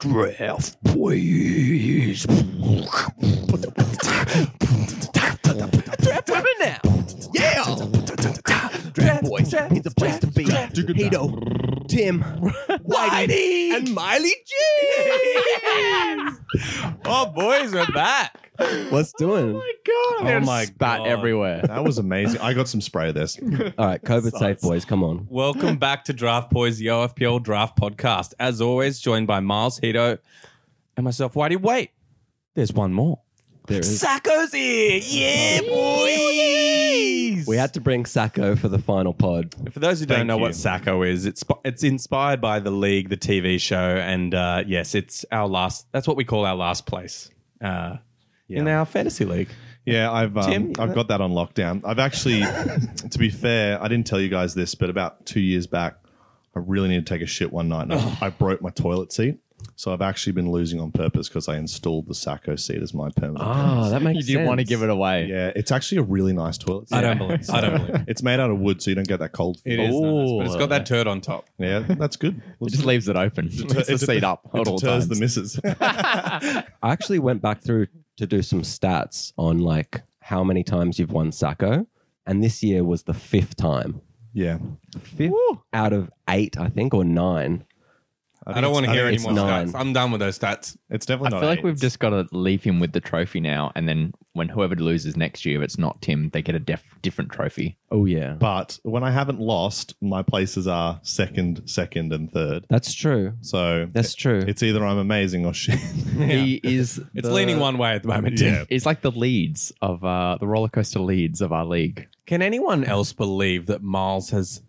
Draft, please. Draft women now. Yeah. Draft boys. It's the place to be. Hato, Tim, Whitey, and Miley G. Oh, boys are back. What's doing? God, Oh my spot God. everywhere. That was amazing. I got some spray of this. All right, COVID safe, boys. Come on. Welcome back to Draft Boys, the OFPL Draft Podcast. As always, joined by Miles Hito and myself, Whitey. Wait, there's one more. There is. Sacco's here. Yeah, boys. We had to bring Sacco for the final pod. For those who don't Thank know you. what Sacco is, it's it's inspired by the league, the TV show, and uh, yes, it's our last. That's what we call our last place uh, in our fantasy league. Yeah, I've um, Tim, I've got that on lockdown. I've actually, to be fair, I didn't tell you guys this, but about two years back, I really needed to take a shit one night, and I, I broke my toilet seat. So I've actually been losing on purpose because I installed the Sacco seat as my permanent. Oh, that makes You didn't want to give it away. Yeah, it's actually a really nice toilet. Seat. I don't believe. I don't believe. It's made out of wood, so you don't get that cold. It is nice, But it's got that turd on top. Yeah, that's good. It just leaves it open. Keeps the deter- seat up It at all times. deters the misses. I actually went back through to do some stats on like how many times you've won Sacco, and this year was the fifth time. yeah, Fifth out of eight, I think, or nine. I don't want to think hear any it's more nine. stats. I'm done with those stats. It's I definitely. feel not like eight. we've just got to leave him with the trophy now, and then when whoever loses next year, if it's not Tim, they get a def- different trophy. Oh yeah, But when I haven't lost, my places are second, second, and third. that's true. So That's true. It's either I'm amazing or shit. He is. It's the- leaning one way at the moment. Yeah. He's like the leads of uh, the roller coaster leads of our league. Can anyone else believe that Miles has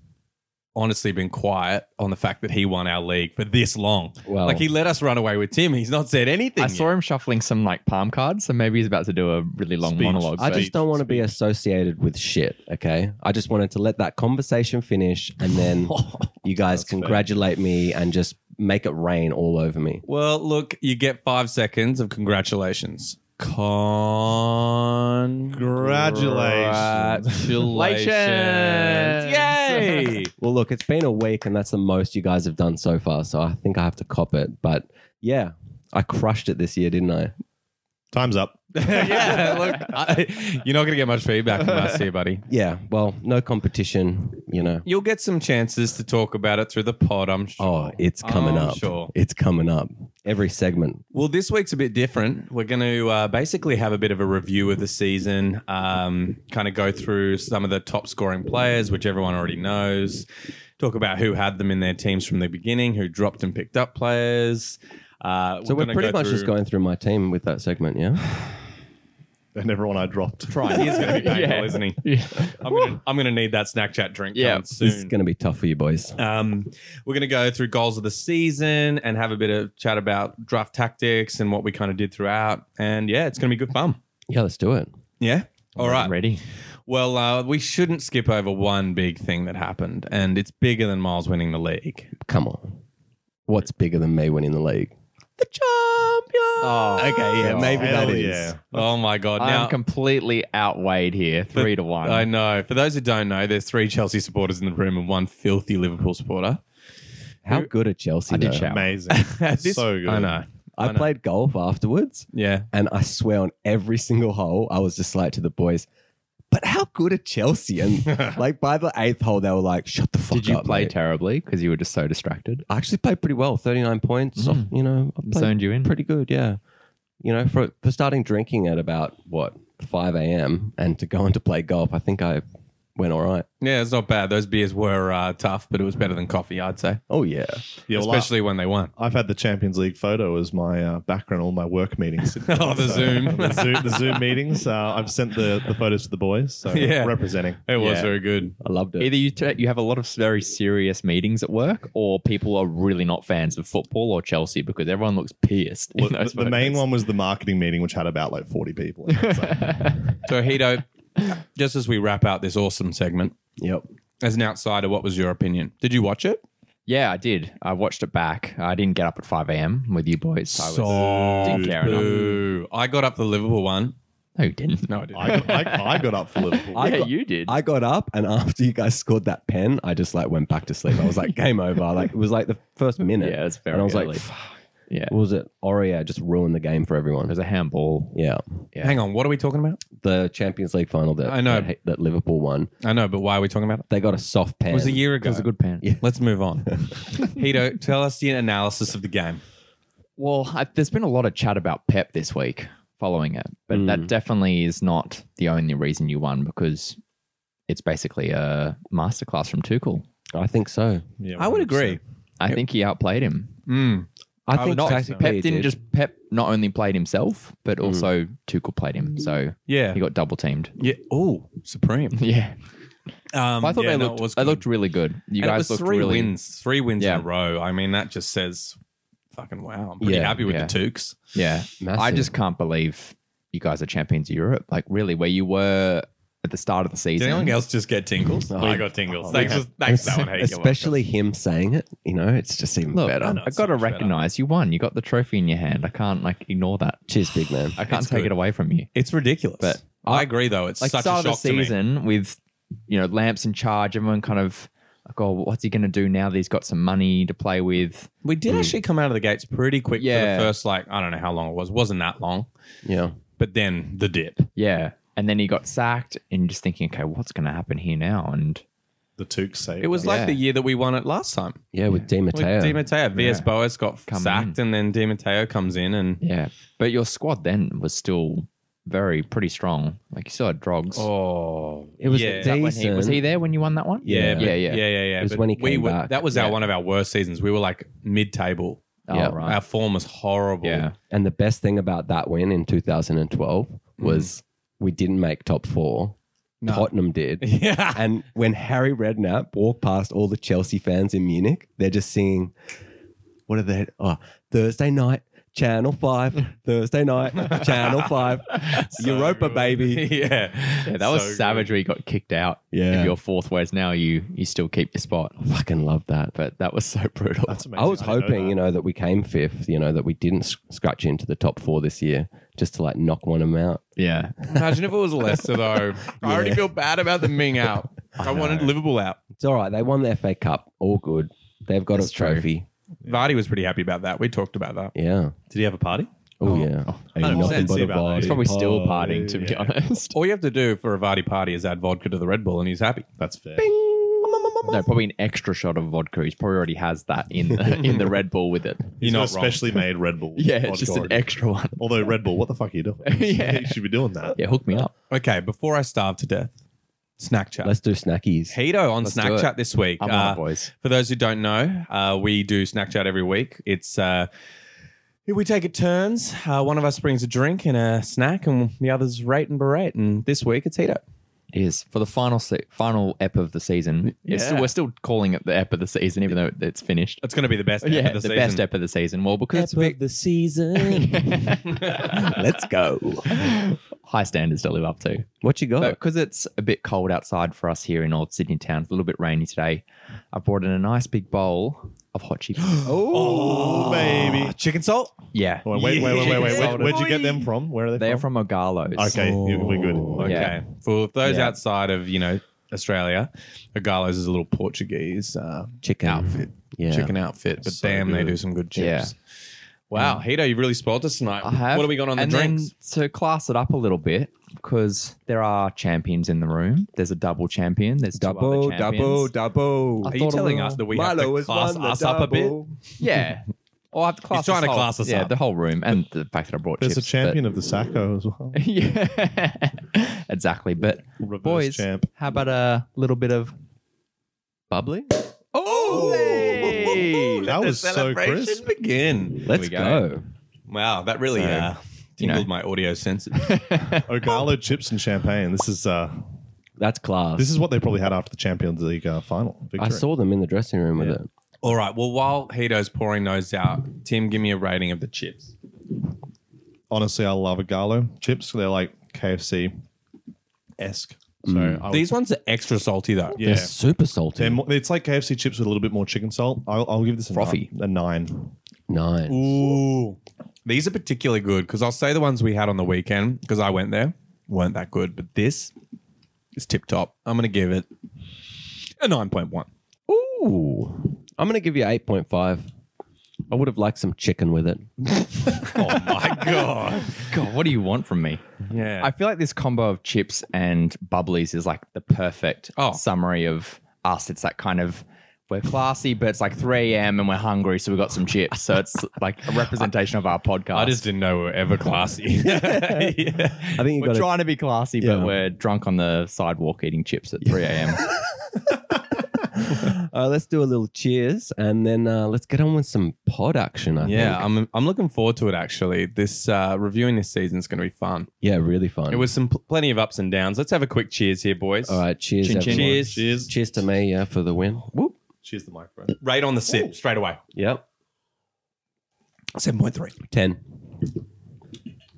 honestly been quiet on the fact that he won our league for this long? Well- like he let us run away with Tim. He's not said anything. I saw him shuffling some like palm cards, so maybe he's about to do a really long Speech. monologue. I but- just don't want to be associated with shit. Okay, I just wanted to let that conversation finish, and then you guys congratulate me and just make it rain all over me. Well, look, you get five seconds of congratulations. Congratulations. Yay. Well, look, it's been a week, and that's the most you guys have done so far. So I think I have to cop it. But yeah, I crushed it this year, didn't I? Time's up. yeah, look, I, you're not going to get much feedback from us here, buddy. Yeah. Well, no competition, you know. You'll get some chances to talk about it through the pod, I'm sure. Oh, it's coming I'm up. sure. It's coming up. Every segment. Well, this week's a bit different. We're going to uh, basically have a bit of a review of the season, um, kind of go through some of the top scoring players, which everyone already knows, talk about who had them in their teams from the beginning, who dropped and picked up players. Uh, So we're, gonna pretty go much just through- going through my team with that segment, yeah? And everyone I dropped. He is going to be painful, Yeah. isn't he? Yeah. I'm gonna, I'm gonna need that snack chat drink Yeah. coming This is soon. going to be tough for you boys. Um, we're going to go through goals of the season and have a bit of chat about draft tactics and what we kind of did throughout. And yeah, it's going to be good fun. Yeah, let's do it. Yeah. All right. Ready? Well, uh, we shouldn't skip over one big thing that happened, and it's bigger than Miles winning the league. Come on. What's bigger than me winning the league? The champion. Oh, okay. Yeah, God. maybe Hell that is. yeah. Oh my God! I Now am completely outweighed here, three to one. I know. For those who don't know, there's three Chelsea supporters in the room and one filthy Liverpool supporter. How good are Chelsea? I did though? shout. Amazing. This- so good. I know. I played golf afterwards, Yeah. and I swear on every single hole, I was just like to the boys, but how good are Chelsea? And like by the eighth hole, they were like, shut the fuck Did you up. play mate." terribly because you were just so distracted? I actually played pretty well, 39 points. off- you know, I played Zoned you in. pretty good, yeah. You know, for, for starting drinking at about, what, 5 a.m. and to go on to play golf, I think I went all right. Yeah, it's not bad. Those beers were uh, tough, but it was better than coffee, I'd say. Oh, yeah. Yeah, well, Especially when they won. I- I've had the Champions League photo as my uh, background, all my work meetings. Oh, the Zoom. the, Zoom, the Zoom meetings. Uh, I've sent the, the photos to the boys. So Yeah. representing. It was Yeah. very good. I loved it. Either you t- you have a lot of very serious meetings at work, or people are really not fans of football or Chelsea because everyone looks pierced. in Well, those the, the main photos. one was the marketing meeting, which had about like 40 people. in it, so. So, Hito, just as we wrap out this awesome segment, Yep. as an outsider, what was your opinion? Did you watch it? Yeah, I did. I watched it back. I didn't get up at five a.m. with you boys. I was, didn't care enough. Boo. I got up the Liverpool one. No, you didn't. No, I didn't. I, I, I got up for Liverpool. I yeah, got- you did. I got up and after you guys scored that pen, I just like went back to sleep. I was like, game over. Like it was like the first minute. Yeah, it's very And I was early. like, "Fuck." Yeah. What was it Oria just ruined the game for everyone? There's a handball. Yeah, Hang on, what are we talking about? the Champions League final that I know. that, that Liverpool won. I know, but why are we talking about it? They got a soft pen. It was a year It ago. was a good pan. Let's move on. Hito, tell us the analysis of the game. Well, I, there's been a lot of chat about Pep this week following it, but Mm. that definitely is not the only reason you won because it's basically a masterclass from Tuchel. I think so. Yeah, I would agree. I think he outplayed him. Mm, I think would say so. tactically Pep he didn't did. Mm. just Pep not only played himself, but also Tuchel played him. So Yeah. he got double teamed. Yeah. Oh, supreme. Yeah, Um, I thought yeah, they no, looked. it was they good. looked really good. You And it guys was looked three really. wins, three wins Yeah. in a row. I mean, that just says, "Fucking wow!" I'm pretty Yeah, happy with yeah. the Tukes. Yeah, I Massive. just can't believe you guys are champions of Europe. Like really, where you were at the start of the Did season. anyone else just get tingles? I got tingles. thanks, thanks that one. Hey, you're welcome. Especially him saying it, you know, it's just even Look, better. I, it's got so to much better. recognize you won. You got the trophy in your hand. I can't like ignore that. Cheers, big man. I can't It's take good. it away from you. it's ridiculous. But- I agree, though. It's Like such a start shock of the to me. season with you know lamps in charge. Everyone kind of like, oh, what's he going to do now that he's got some money to play with? We did actually come out of the gates pretty quick Yeah. for the first, like, I don't know how long it was. wasn't that long. Yeah. But then the dip. Yeah, and then he got sacked, and you're just thinking, okay, what's going to happen here now? And The Tuke saved. It was us. like Yeah. the year that we won it last time. Yeah, with Di With Matteo. Di Matteo. VS Boas got Come sacked, and then Di Matteo comes in and. yeah, but your squad then was still very pretty strong. Like you still had Drogs. Oh. it was Yeah. When decent. he, was he there when you won that one? Yeah. but- yeah, yeah, yeah. yeah, yeah. It was But when he we came were, back. That was our one of our worst seasons. We were like mid-table. Oh, Yeah. right. Our form was horrible. Yeah. And the best thing about that win in 2012 was we didn't make top four. Tottenham did. Yeah. and when Harry Redknapp walked past all the Chelsea fans in Munich, they're just singing, what are they? Oh, Thursday night, Channel 5, Thursday night, Channel 5, Europa, baby. yeah. Yeah, that was savage where you got kicked out. Yeah. If you're fourth, whereas now you you still keep your spot. Fucking love that. But that was so brutal. That's amazing. I was didn't know hoping, that. you know, that we came fifth, you know, that we didn't sc- scratch into the top four this year just to like knock one of them out. yeah. Imagine if it was Leicester though. I already feel bad about the Ming out. I, wanted Liverpool out. It's all right. They won the FA Cup. All good. They've got a trophy. Vardy was pretty happy about that. We talked about that. Yeah. Did he have a party? Oh, yeah. I don't nothing know. but a About that. vibe. It's probably still Oh, partying, to be yeah. honest. All you have to do for a Vardy party is add vodka to the Red Bull, and he's happy. That's fair. No, probably an extra shot of vodka. He probably already has that in the, in the Red Bull with it. He's You're got not wrong. specially made Red Bull. Yeah, Vodka it's just an on it. extra one. Although Red Bull, what the fuck are you doing? Yeah. you should be doing that. Yeah, hook me up. Okay, before I starve to death, snack chat. Let's do snackies. Hito on do Snack it. Chat this week. Uh, I'm on it, boys. For those who don't know, uh, we do Snack Chat every week. It's uh, we take it turns. Uh, one of us brings a drink and a snack, and the others rate and berate. And this week it's Hito. It is for the final se- final ep of the season. It's still- Yeah. we're still calling it the ep of the season, even though it's finished. It's going to be the best. yeah, Yeah, the best ep of the season. Well, because it's a bit the season. Let's go. high standards to live up to. What you got? But because it's a bit cold outside for us here in Old Sydney town, it's a little bit rainy today. I brought in a nice big bowl of hot chip. Oh, baby. Chicken salt. yeah, Wait, wait, wait, wait, wait. wait. Chicken Where'd, where'd you soda. get them from? Where are they they're from? Oh, from Ogalos. Okay, you- we're good. Okay. Yeah. For those Yeah. outside of, you know, Australia, Agalos is a little Portuguese uh, chicken. outfit, Yeah. chicken outfit. But So damn, they good. do some good chips. Yeah. Mm. Wow, Hito, you've really spoiled us tonight. I have. What have we got on the and then drinks? to class it up a little bit, because there are champions in the room. There's a double champion. There's two Double, other double, champions. double. I Are you thought a telling little- us that we have to class us up a bit? Yeah. Or I have to class. He's trying this to whole- class us Yeah, up. the whole room and the fact that I brought There's chips. a champion of the Sacco as well. but- yeah, exactly. But Reverse boys, champ. how about a little bit of bubbly? Oh, Hey! That was so crisp. begin. Let's we go. go. Wow, that really So, uh, you know. tingled my audio senses. Ogalo Oh, chips and champagne. This is uh, That's class. this is what they probably had after the Champions League uh, final victory. I saw them in the dressing room with it. All right. Well, while Hito's pouring those out, Tim, give me a rating of the chips. Honestly, I love Ogalo chips. They're like KFC esque. So I would- These ones are extra salty though. yeah, They're super salty. They're more, it's like KFC chips with a little bit more chicken salt. I'll, I'll give this a Frothy. Nine, a nine. nice. Ooh. These are particularly good because I'll say the ones we had on the weekend because I went there weren't that good, but this is tip top. I'm going to give it a 9.1. Ooh. I'm going to give you 8.5. I would have liked some chicken with it. Oh my god. God, what do you want from me? Yeah. I feel like this combo of chips and bubblies is like the perfect Oh. summary of us. It's that kind of we're classy, but it's like 3 a.m. and we're hungry, so we got some chips. So it's like a representation of our podcast. I just didn't know we were ever classy. I think you we're got to trying to be classy, Yeah. but we're drunk on the sidewalk eating chips at 3 a.m. uh, let's do a little cheers and then uh, let's get on with some pod action. I yeah, think. I'm I'm looking forward to it actually. This uh, reviewing this season is going to be fun. yeah, really fun. It was some pl- plenty of ups and downs. Let's have a quick cheers here, boys. all right. Cheers, Chin, chin. everyone. Cheers. Cheers. Cheers to me yeah, for the win. Whoop. Cheers the microphone. Right on the sip, straight away. Yep. Seven point three. Ten.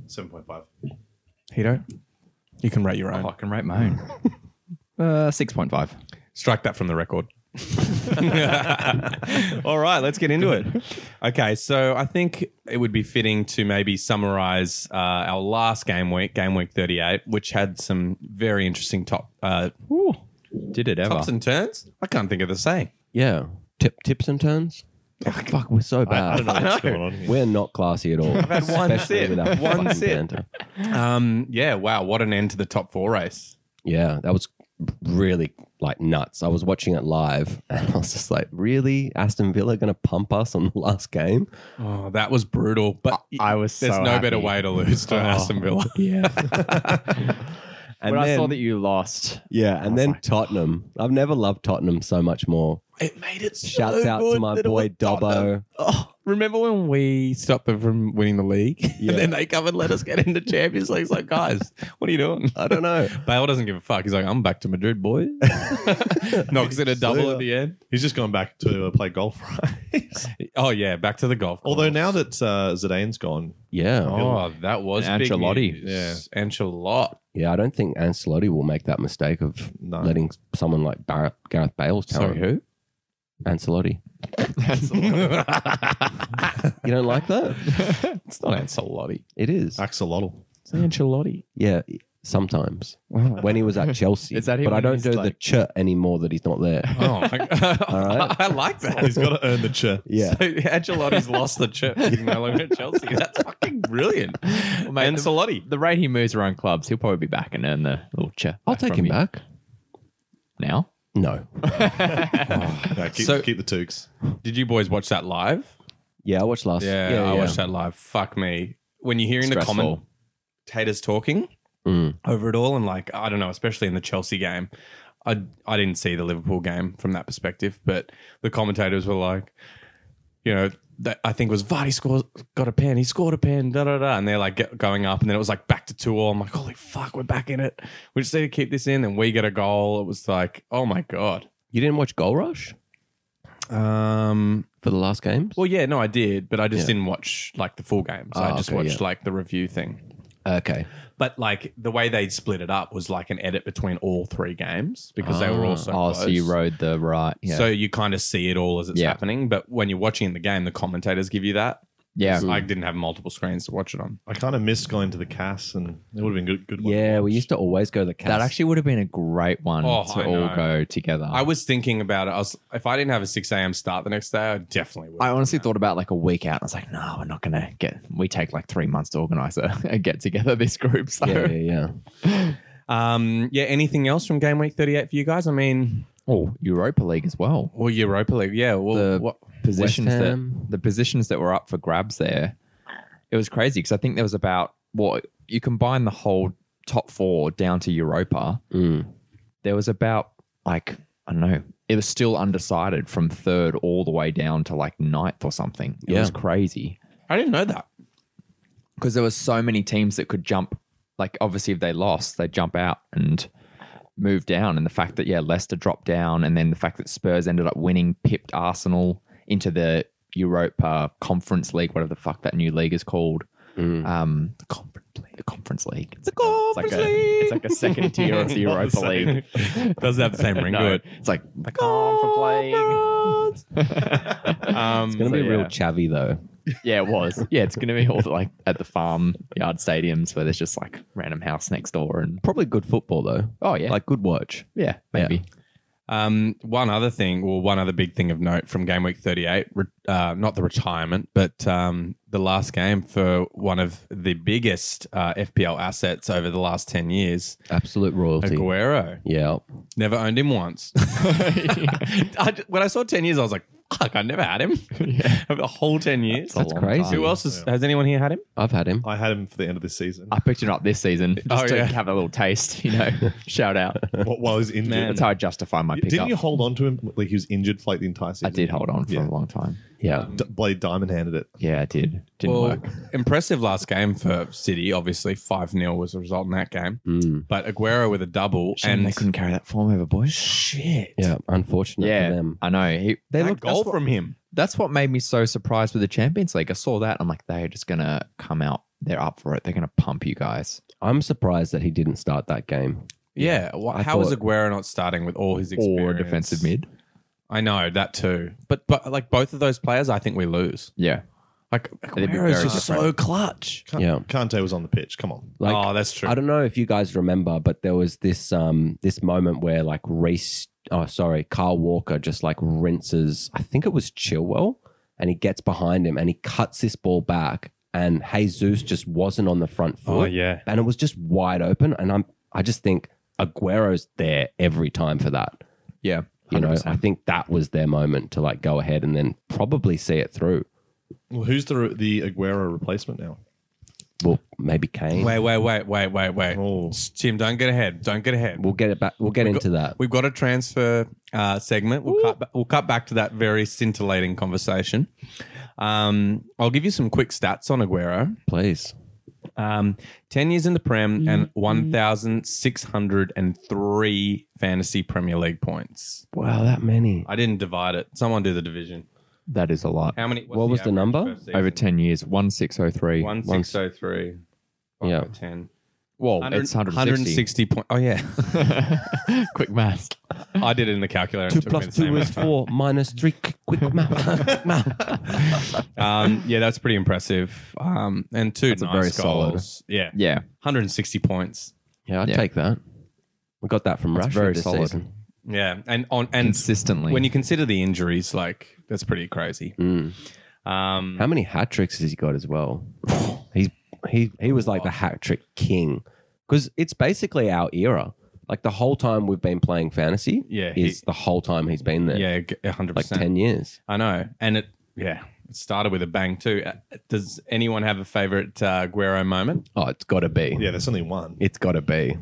7.5. Hito, you can rate your own. Oh, I can rate my own. Uh, 6.5. Strike that from the record. All right, let's get into it. Okay, so I think it would be fitting to maybe summarize uh, our last game week, game week 38, which had some very interesting top uh, Did it ever? tops and turns. I can't think of the saying. Yeah. Tip, tips and turns. Oh, fuck, we're so bad. I don't know what's going on here. We're not classy at all. I've had one sip. One sip. Banter. Um, yeah, wow, what an end to the top four race. Yeah, that was really like nuts. I was watching it live and I was just like, really? Aston Villa going to pump us on the last game? Oh, that was brutal. But I was there's so no better happy. way to lose to Aston Villa. And when then, I saw that you lost, yeah, and then Tottenham. I've never loved Tottenham so much more. It made it so Shouts out to good my that it boy was Tottenham. Dobbo. Oh, remember when we stopped them from winning the league? Yeah. and then they come and let us get into Champions League. It's like, guys, what are you doing? I don't know. Bale doesn't give a fuck. He's like, I'm back to Madrid, boy. Knocks in a double at the end. He's just gone back to uh, play golf, right? Oh, yeah, back to the golf. course. Although now that uh, Zidane's gone, Yeah. Oh, that was And big Ancelotti. news. Yeah, Ancelotti. Yeah, I don't think Ancelotti will make that mistake of Uh, No. letting someone like Barrett, Gareth Bale's Sorry, talent. who? Ancelotti. You don't like that? It's not Ancelotti. It is. Axolotl. It's Ancelotti. Yeah, sometimes. When he was at Chelsea. Is that him but I when don't he's do the like- chut anymore that he's not there. Oh, my God. right. I like that. He's got to earn the chair. Yeah. So Ancelotti's lost the chip. He's no longer at Chelsea. That's fucking brilliant. Ancelotti. the rate he moves around clubs, he'll probably be back and earn the little chair. I'll take from him you. back. now. No. No, keep, So- keep the toques. Did you boys watch that live? Yeah, I watched last. Yeah, I watched that live. Fuck me. When you're hearing Stressful. the commentators talking Mm. over it all, and like I don't know, especially in the Chelsea game, I I didn't see the Liverpool game from that perspective, but the commentators were like, you know. That I think was Vardy scores got a pen. He scored a pen, da da da, and they're like get, going up, and then it was like back to two all. I'm like, holy fuck, we're back in it. We just need to keep this in. Then we get a goal. It was like, oh my god. You didn't watch Goal Rush Um, for the last games? Well, yeah, no, I did, but I just Yeah. didn't watch like the full game. So Ah, I just okay, watched yeah. like the review thing. Okay. But like the way they split it up was like an edit between all three games because they were all so oh, close. so you rode the right. Yeah. So you kind of see it all as it's Yeah. happening. But when you're watching the game, the commentators give you that. yeah. Mm. I didn't have multiple screens to watch it on. I kind of missed going to the cast, and it would have been good. good one. Yeah, we used to always go to the cast. That actually would have been a great one Oh, to I know. all go together. I was thinking about it. I was if I didn't have a six AM start the next day, I definitely would. I honestly thought about like a week out. and I was like, no, we're not gonna get. We take like three months to organize a, a get together. This group, so Yeah, yeah, yeah. um yeah, anything else from game week thirty eight for you guys? I mean oh, Europa League as well. or Europa League, yeah. Well The- what Positions Ham. that the positions that were up for grabs there. It was crazy because I think there was about what you combine the whole top four down to Europa. Mm. There was about like I don't know. It was still undecided from third all the way down to like ninth or something. It Yeah. was crazy. I didn't know that. because there were so many teams that could jump. Like obviously, if they lost, they jump out and move down. And the fact that yeah, Leicester dropped down, and then the fact that Spurs ended up winning, pipped Arsenal into the Europa Conference League, whatever the fuck that new league is called. Mm. Um, the conference league. The conference league. It's, like a- it's like a, it's like a second tier of the Not the Europa same. League. Doesn't have the same ring to No, it. it's like the Oh, conference league. Um, Gonna be So, real yeah. chavvy though. Yeah, it was. Yeah, it's going to be all the, like at the farm yard stadiums where there's just like random house next door and Probably good football though. oh yeah, Like good watch. yeah, maybe. Um, one other thing, well, one other big thing of note from game week 38, re- uh, not the retirement, but um, the last game for one of the biggest uh, FPL assets over the last 10 years, Absolute royalty. Aguero. Yeah. Never owned him once. I d when I saw 10 years, I was like, fuck, I never had him. Over the whole 10 years. That's crazy. Who else has, has anyone here had him? I've had him. I had him for the end of the season I picked him up this season just Oh, to yeah. have a little taste, you know. Shout out. while while he was injured. That's how I justify my Didn't pickup. you hold on to him like he was injured for like the entire season? I did hold on for Yeah. a long time. Yeah. D- Blade Diamond handed it. Yeah, I did. Didn't well, work. impressive last game for City. Obviously, 5 0 was the result in that game. Mm. But Aguero with a double. Shame and they couldn't carry that form over, boys. shit. Yeah. Unfortunate for Yeah, them. I know. He, they That looked goal that's what- from him. that's what made me so surprised with the Champions League. I saw that. I'm like, they're just gonna come out. They're up for it. They're gonna pump you guys. I'm surprised that he didn't start that game. Yeah. wha- I how was thought- Aguero not starting with all his Or experience? defensive mid. I know that too. But but like both of those players, I think we lose. Yeah. Like be Aguero's very just so clutch. Kan- Yeah. Kante was on the pitch. Come on. Like, oh, that's true. I don't know if you guys remember, but there was this um this moment where like race oh sorry, Carl Walker just like rinses I think it was Chilwell and he gets behind him and he cuts this ball back and Jesus just wasn't on the front foot. Oh yeah. And it was just wide open and I'm I just think Aguero's there every time for that. Yeah. You know, I think that was their moment to like go ahead and then probably see it through. Well, who's the re- the Aguero replacement now? Well, maybe Kane. Wait wait wait wait wait wait. Oh. Tim, don't get ahead. Don't get ahead. We'll get it back. We'll get into that. We've got a transfer uh, segment. We'll cut, ba- we'll cut back to that very scintillating conversation. Um, I'll give you some quick stats on Aguero. Please. Um, 10 years in the Prem and 1,603 fantasy Premier League points. Wow, that many. I didn't divide it. Someone do the division. that is a lot. How many? what's What was the average number? per season? Over ten years, one six oh three. 1,603. Yeah. Yeah. 10. Well, 100 it's hundred and sixty. 160 point. Oh, yeah. Quick maths. I did it in the calculator. It Two took me the plus two same is amount of four, minus three. Quick, quick math. time. Um, yeah, that's pretty impressive. Um, and two That's a nice very solid- goals. Yeah. Yeah. 160 points. Yeah, I'd Yeah. take that. We got that from Rashford very this solid. season. Yeah. And on and Consistently. when you consider the injuries, like, that's pretty crazy. Um, Mm. How many hat tricks has he got as well? He's he he was like the hat trick king because it's basically our era. Like the whole time we've been playing fantasy, Yeah, he- is the whole time he's been there. yeah, g- 100%. like ten years. I know, and it yeah, it started with a bang too. Uh, Does anyone have a favorite uh, Guero moment? Oh, it's got to be. Yeah, there's only one. It's got to be.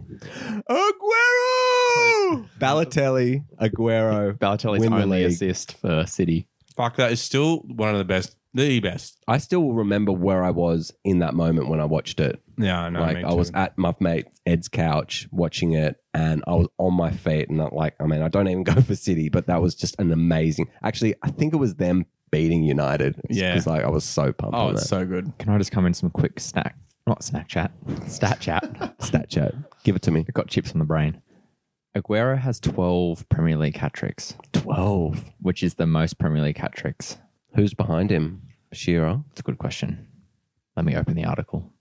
Aguero, Balotelli, Aguero, Balotelli's Win the only league. assist for City. Fuck, that is still one of the best, the best. I still remember where I was in that moment when I watched it. Yeah, I know. like me I was too. at my mate Ed's couch watching it, and I was on my feet, and I, like I mean, I don't even go for City, but that was just an amazing. Actually, I think it was them beating United. Yeah. because like I was so pumped Oh, on that. it's so good. Can I just come in some quick snack? Not snack chat. Stat chat. Stat chat, give it to me. I've got chips on the brain. Aguero has 12 Premier League hat tricks, Twelve. which is the most Premier League hat tricks. Who's behind him? Shearer. It's a good question. Let me open the article.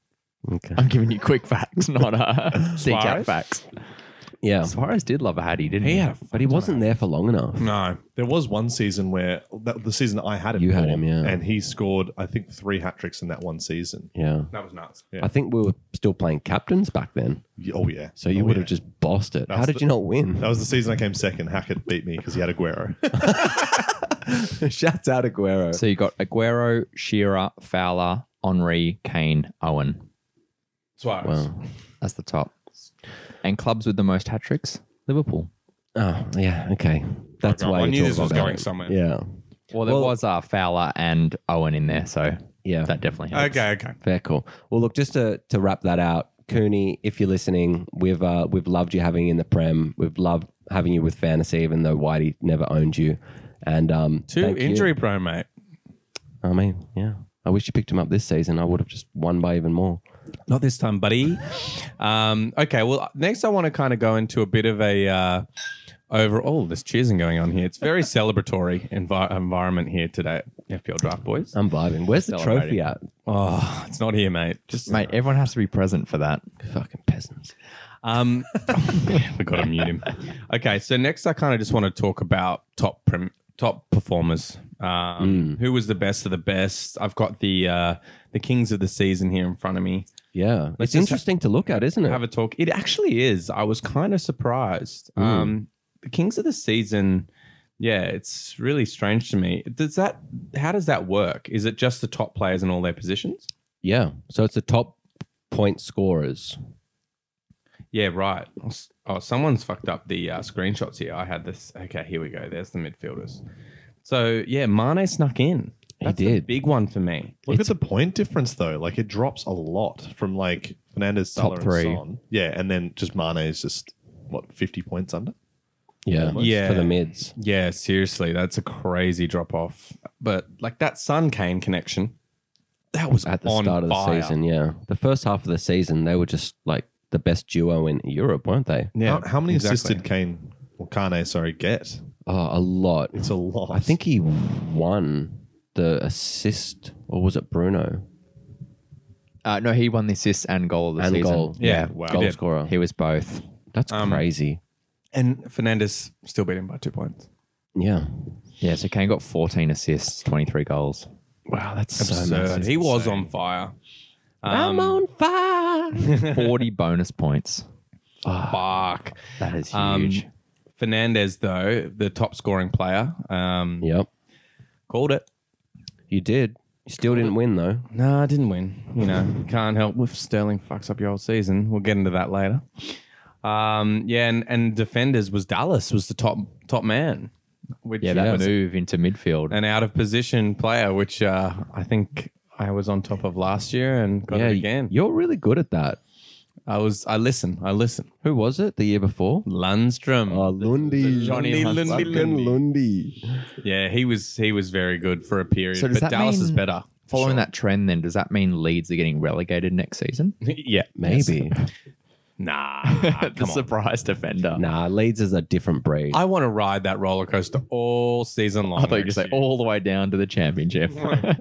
Okay. I'm giving you quick facts, not uh, deep Suarez? out facts. Yeah, Suarez did love a hattie, didn't he? had a but he wasn't there for long enough. No, There was one season where that, the season I had him. You had for, him, yeah. And he scored, I think, three hat tricks in that one season. Yeah. that was nuts. I think we were still playing captains back then, Y- Oh yeah. so you Oh, would yeah. have just bossed it. How That's did the- you not win? That was the season I came second. Hackett beat me because he had Aguero. Shouts out Aguero. So you got Aguero, Shearer, Fowler, Henri, Kane, Owen. Suarez. Wow. That's the top. And clubs with the most hat tricks? Liverpool. Oh yeah, okay. That's why I you knew talk this was about going it. somewhere. Yeah, Well, there was uh, Fowler and Owen in there, so yeah. that definitely helps. Okay, okay. Fair cool. Well, look, just to to wrap that out, Cooney, if you're listening, we've uh, we've loved you having you in the prem. We've loved having you with fantasy, even though Whitey never owned you. And um, Two thank you. injury prone, mate. I mean, yeah. I wish you picked him up this season. I would have just won by even more. Not this time, buddy. um, okay, well, next I want to kind of go into a bit of a uh, overall. There's cheersing going on here. It's very celebratory envi- environment here today at FPL Draft Boys. I'm vibing. Where's the trophy Celebrating. at? Oh, it's not here, mate. Just Mate, everyone has to be present for that. Fucking peasants. Um, we got to mute him. Okay, so next I kind of just want to talk about top prim- top performers. Um, Who was the best of the best? I've got the uh, the kings of the season here in front of me. Yeah. Let's It's just ha- interesting to look at, isn't it? Have a talk. It actually is. I was kind of surprised. Um, the kings of the season. Yeah, it's really strange to me. Does that? How does that work? Is it just the top players in all their positions? yeah. So it's the top point scorers. Yeah, right. Oh, someone's fucked up the uh, screenshots here. I had this. Okay, here we go. There's the midfielders. So yeah, Mane snuck in. He That's the did. big one for me. Look at the point difference though. Like it drops a lot from like Fernandez, Salah, Top three. and Son. Yeah, and then just Mane is just what fifty points under. Yeah. Yeah. For the mids. Yeah, seriously, that's a crazy drop off. But like that Sun Kane connection, that was At the on start of the fire. season. Yeah. The first half of the season, they were just like the best duo in Europe, weren't they? Yeah, how, how many exactly. assists did Kane or Kane sorry get? Oh, a lot. It's a lot. I think he won the assist, or was it Bruno? Uh, no, he won the assist and goal of the And season. goal. Yeah, wow. Goal did. scorer. He was both. That's Um, crazy. And Fernandez still beat him by two points. Yeah. Yeah, so Kane got 14 assists, 23 goals. Wow, that's Absurd. he was on fire. Um, I'm on fire. 40 bonus points. Fuck. That is Um, huge. Fernandez though, the top scoring player, um, Yep. called it. You did. You still didn't win though. No, I didn't win. You know, can't help if Sterling fucks up your whole season. We'll get into that later. Um, yeah, and, and defenders was Dallas was the top top man. Which, yeah, that was move into midfield. an out of position player, which uh, I think I was on top of last year and got yeah, it again. you're really good at that. I was. I listen. I listen. Who was it the year before? Lundstrom. Lundy. Johnny Lundy, Lundy, Lundy. Lundy. Yeah, he was. He was very good for a period. So does but that Dallas is mean- better. Following that trend, then, does that mean Leeds are getting relegated next season? yeah, Maybe. Nah, the come on. surprise defender. nah, Leeds is a different breed. I want to ride that roller coaster all season long. I thought you just say actually. all the way down to the championship.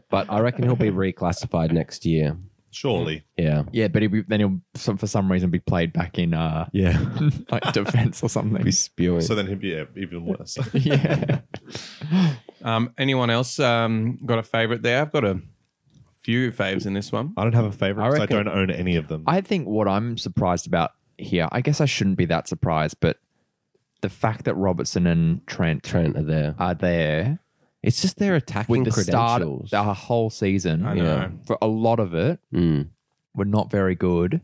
but I reckon he'll be reclassified next year. surely. Yeah. yeah, but he'll be, then he'll some, for some reason be played back in uh, Yeah. like defense or something. Be spewing. So then he'd be yeah, even worse. yeah, Um, anyone else um, got a favorite there? I've got a few faves in this one. I don't have a favorite I because I reckon- don't own any of them. I think what I'm surprised about here, I guess I shouldn't be that surprised, but the fact that Robertson and Trent, Trent are there. are there It's just their attacking with the start credentials. the whole season I know. Yeah. for a lot of it Mm. were not very good.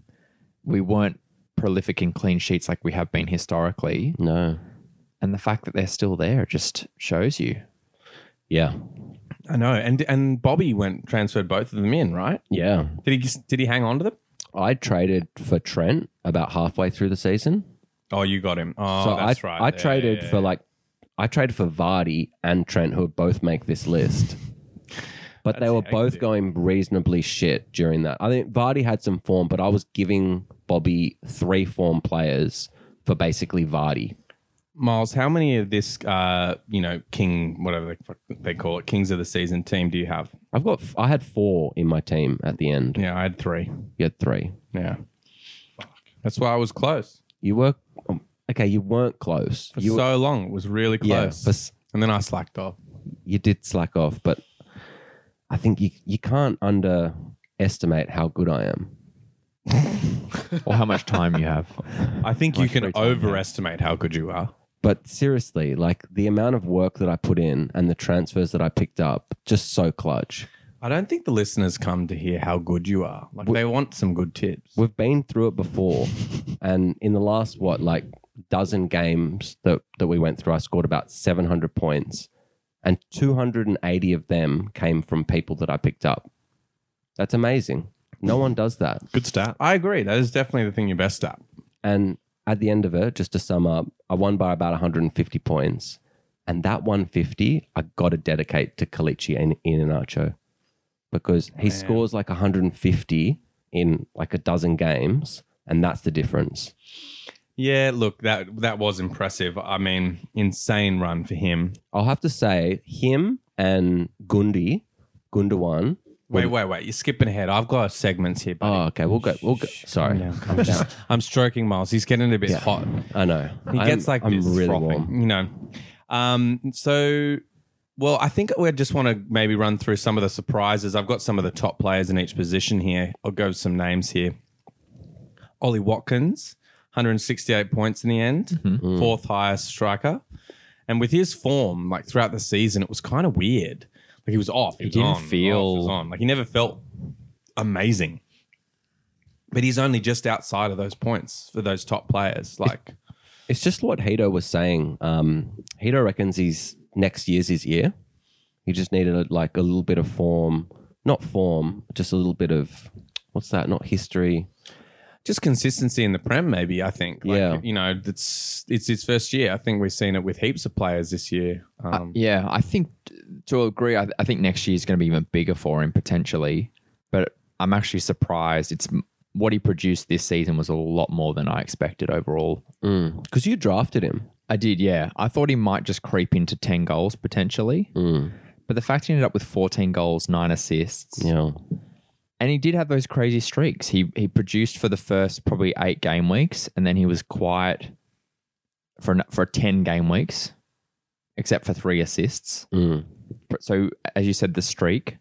We weren't prolific in clean sheets like we have been historically, No. and the fact that they're still there just shows you. Yeah. I know. And and Bobby went transferred both of them in, right? Yeah. Did he just- did he hang on to them? I traded for Trent about halfway through the season. Oh, you got him. Oh, so that's I, right. I Yeah, traded yeah, for yeah. like, I traded for Vardy and Trent, who would both make this list. But they That's were both hectic. going reasonably shit during that. I think Vardy had some form, but I was giving Bobby three form players for basically Vardy. Miles. How many of this, uh, you know, king, whatever the fuck they call it, kings of the season team do you have? I've got, I had four in my team at the end. Yeah, I had three. You had three. Yeah, that's why I was close You were um, okay. You weren't close. for you were, so long. It was really yeah, close, for s- and then I slacked off. you did slack off, but I think you you can't underestimate how good I am. Or how much time you have. I think you can overestimate how good you are. But seriously, like the amount of work that I put in and the transfers that I picked up, just so clutch. I don't think the listeners come to hear how good you are. Like they want some good tips. We've been through it before, and in the last what like dozen games that that we went through, I scored about seven hundred points, and two hundred and eighty of them came from people that I picked up. That's amazing. No one does that. Good stat. I agree. That is definitely the thing you're best at. And at the end of it, just to sum up, I won by about 150 points. And that 150, I got to dedicate to Kalichi and Inanacho because he scores like 150 in like a dozen games. And that's the difference. Yeah, look, that that was impressive. I mean, insane run for him. I'll have to say, him and Gundi, Gundawan, Wait, wait, wait. You're skipping ahead. I've got segments here, buddy. Oh, okay. We'll go. We'll go. Sorry. Yeah, I'm, just, I'm stroking Miles. He's getting a bit hot. I know. He I'm- gets like I'm this really frothing, warm. you know. Um, so, well, I think we just want to maybe run through some of the surprises. I've got some of the top players in each position here. I'll go with some names here. Ollie Watkins, 168 points in the end, Mm-hmm. fourth highest striker. And with his form, like throughout the season, it was kind of weird. Like he was off. He, was didn't on, off, he feel- was on. Like he never felt amazing. But he's only just outside of those points for those top players. Like It's just what Hito was saying. Um, Hito reckons he's next year's his year. He just needed a, like a little bit of form, not form, just a little bit of what's that? Not history. just consistency in the prem maybe i think like, Yeah. you know it's it's his first year i think we've seen it with heaps of players this year um, Yeah, I think t- to agree. I, I think next year is going to be even bigger for him potentially, but I'm actually surprised. It's m- what he produced this season was a lot more than I expected overall. Because Mm. you drafted him. I did, yeah. I thought he might just creep into ten goals potentially, Mm. but the fact he ended up with 14 goals, nine assists, You know. and he did have those crazy streaks. He he produced for the first probably eight game weeks, and then he was quiet for an, for ten game weeks, except for three assists. Mm. But So as you said, the streak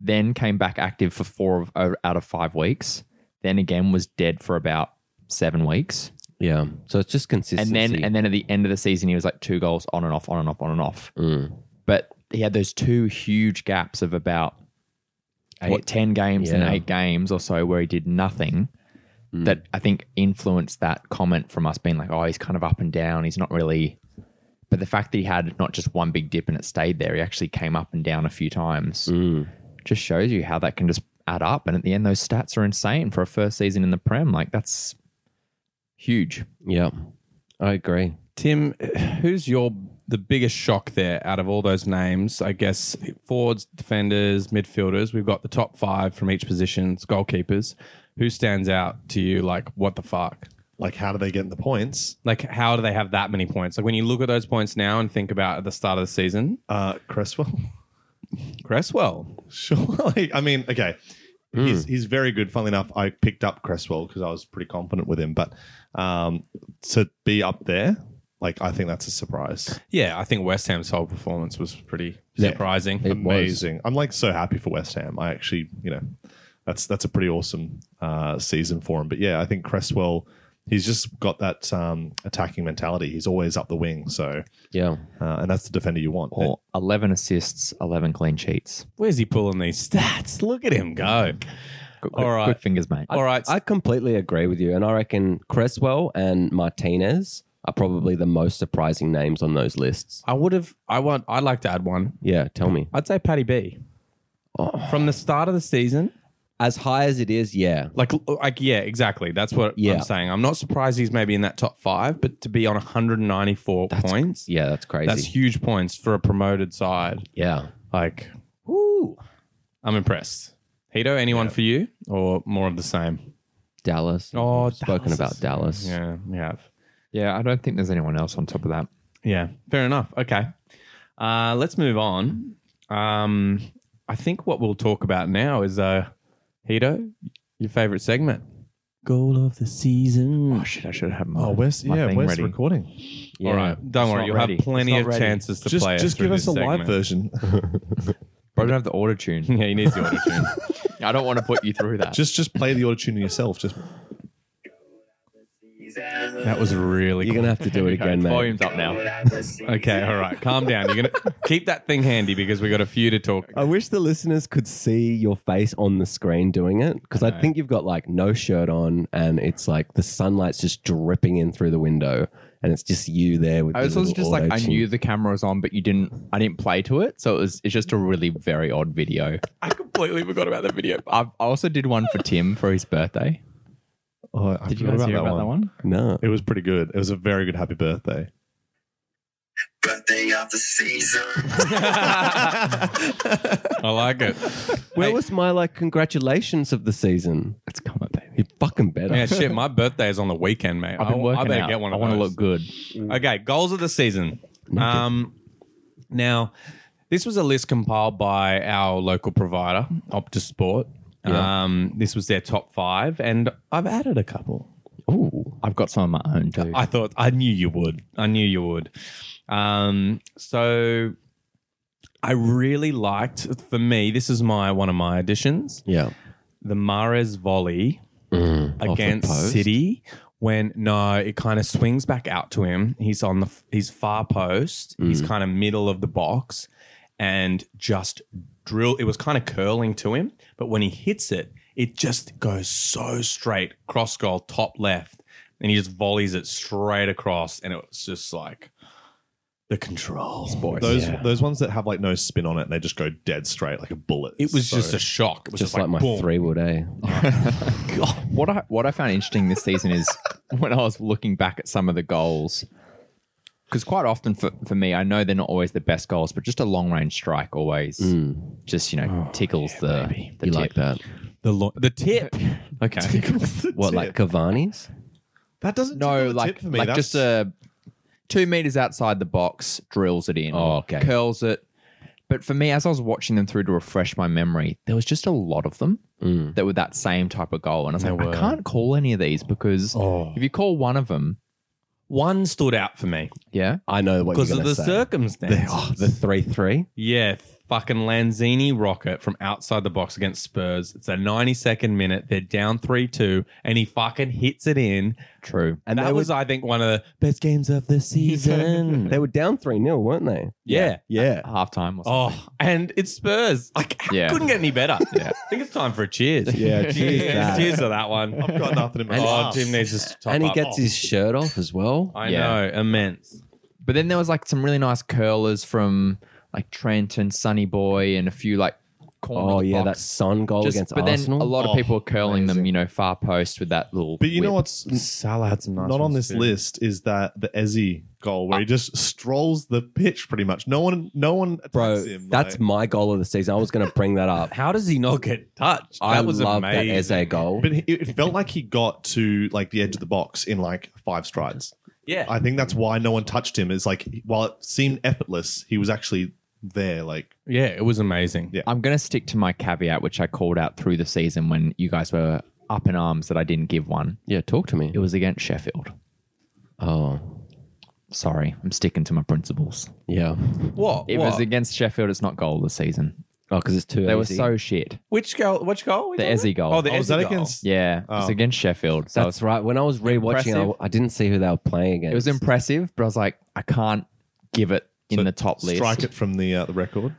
then came back active for four of, o- out of five weeks. Then again was dead for about seven weeks, Yeah. So it's just and consistency. then and then at the end of the season he was like two goals on and off, on and off, on and off. Mm. But he had those two huge gaps of about what ten games and Yeah. Mm. eight games or so where he did nothing. That I think influenced that comment from us being like, oh, he's kind of up and down. He's not really. But the fact that he had not just one big dip and it stayed there, he actually came up and down a few times. Mm. Just shows you how that can just add up. And at the end, those stats are insane for a first season in the Prem. Like that's huge. yeah, I agree. tim who's your the biggest shock there out of all those names i guess forwards defenders midfielders we've got the top five from each position it's goalkeepers who stands out to you like what the fuck Like, how do they get the points? like how do they have that many points like when you look at those points now and think about at the start of the season Uh, Cresswell. cresswell Sure. Like, I mean, okay. He's, Hmm. he's very good. Funnily enough, I picked up Cresswell because I was pretty confident with him. But um, to be up there, like I think that's a surprise. Yeah, I think West Ham's whole performance was pretty Yeah. surprising. Amazing. I'm like so happy for West Ham. I actually, you know, that's that's a pretty awesome uh, season for him. But yeah, I think Cresswell, he's just got that um, attacking mentality. He's always up the wing. So Yeah. uh, and that's the defender you want. Or 11 assists, 11 clean sheets. Where's he pulling these stats? Look at him go. Good, All good- right. good fingers, mate. All right. I completely agree with you. And I reckon Cresswell and Martinez are probably the most surprising names on those lists. I would have I want I'd like to add one. Yeah. Tell me. I'd say Paddy B. Oh. From the start of the season, As high as it is, yeah. like like yeah, exactly. That's what Yeah. I'm saying. I'm not surprised he's maybe in that top 5, but to be on 194 points, Yeah, that's crazy. that's huge points for a promoted side. yeah. Like, woo. I'm impressed. Hito, anyone for you or more of the same? Dallas. Oh, We've spoken Dallas about is- Dallas. Yeah, we have. Yeah, I don't think there's anyone else on top of that. Yeah, fair enough. Okay. Uh, let's move on. Um, I think what we'll talk about now is uh, Hito, your favorite segment. Goal of the season. Oh, shit, I should have my, Oh, where's my yeah, thing where's ready. recording? Yeah. All right, don't It's worry. not You'll ready. have plenty It's of not ready. chances to Just play. us just through give us this a live segment. version. Bro, I don't have the auto tune. Yeah, he needs the auto tune. I don't want to put you through that. just just play the auto tune yourself. Just that was really. You're cool. going to have to do it again, mate. volume's up now. okay, all right. Calm down. You're gonna keep that thing handy because we got a few to talk. I wish the listeners could see your face on the screen doing it because I think you've got like no shirt on and it's like the sunlight's just dripping in through the window and it's just you there with I the was also little just like I auto-tune. knew the camera was on, but you didn't. I didn't play to it, so it was. It's just a really very odd video. I completely forgot about that video. I've, I also did one for Tim for his birthday. oh, I Did you forgot guys hear about that one? No. It was pretty good. It was a very good happy birthday. birthday of the season. I like it. Where Hey. was my like congratulations of the season? It's coming, baby. You fucking better. Yeah, shit. My birthday is on the weekend, mate. I've been I- working I better out. get one. I Of want to those. look good. Okay, goals of the season. Um, now, This was a list compiled by our local provider, Optus Sport. Um, this was their top five, and I've added a couple. Ooh, I've got some of my own too. I thought I knew you would. I knew you would. Um, so I really liked for me. This is my one of my additions. Yeah. The Mares volley Mm. against post? City when no, it kind of swings back out to him. He's on the f- he's far post. Mm. He's kind of middle of the box, and just drill. It was kind of curling to him, but when he hits it, it just goes so straight cross goal top left, and he just volleys it straight across, and it was just like the control. Those those ones that have like no spin on it and they just go dead straight like a bullet. It was So- just a shock. It was Just like, my boom. three wood, eh? what I what I found interesting this season is when I was looking back at some of the goals, because quite often for, for me, I know they're not always the best goals, but just a long range strike always Mm. just you know tickles the, the You tip. like that? the lo- the tip. Okay, What, like Cavani's? that doesn't tickle No, the like tip for me. like That's- just a two meters outside the box, drills it in, Oh, okay. curls it. But for me, as I was watching them through to refresh my memory, there was just a lot of them Mm. that were that same type of goal, and I was like, I can't call any of these because if you call one of them, one stood out for me yeah, I know what you're because going of to the say. oh, circumstance. the three three. Yeah, fucking Lanzini rocket from outside the box against Spurs. It's a 92nd minute. They're down 3 2, and he fucking hits it in. true. And that they was, I think, one of the best games of the season. They were down three 0 weren't they? yeah. Yeah. half time or something. Oh, and it's Spurs. I c- Yeah. couldn't get any better. I think it's time for a cheers. Yeah, cheers cheers. to that. Cheers to that one. I've got nothing in my oh, arse. Jim needs to top And he up. gets Oh, his shirt off as well. I Yeah. know, immense. But then there was like some really nice curlers from like Trent and Sunny Boy and a few like corner Oh of the yeah, that box. Son goal Just- against but Arsenal. then a lot of Oh, people were curling them, you know, far post with that little. But you know whip. what's Salah had some nice not on ones this too. list is that the Ezzy goal Ah. where he just strolls the pitch pretty much. No one, no one attacks Bro, him. that's like. my goal of the season. I was going to bring that up. How does he not get touched? That I was love amazing. that essay goal. but he- it felt like he got to like the edge of the box in like five strides. Yeah. I think that's why no one touched him. Is like while it seemed effortless, he was actually there. Like yeah, it was amazing. Yeah. I'm going to stick to my caveat, which I called out through the season when you guys were up in arms that I didn't give one. yeah, talk to me. It was against Sheffield. Oh Sorry, I'm sticking to my principles. yeah. What? It was against Sheffield. It's not goal of the season. Oh, because it's too. They were easy. so shit. Which goal? Which goal? The Ezzy goal. Oh, the oh, was Ezzy that goal. against? Yeah, it was against Sheffield. So I was That's right. When I was rewatching, I, Impressive. I didn't see who they were playing against. It was impressive, but I was like, I can't give it in So the top list. Strike it from the uh, the record.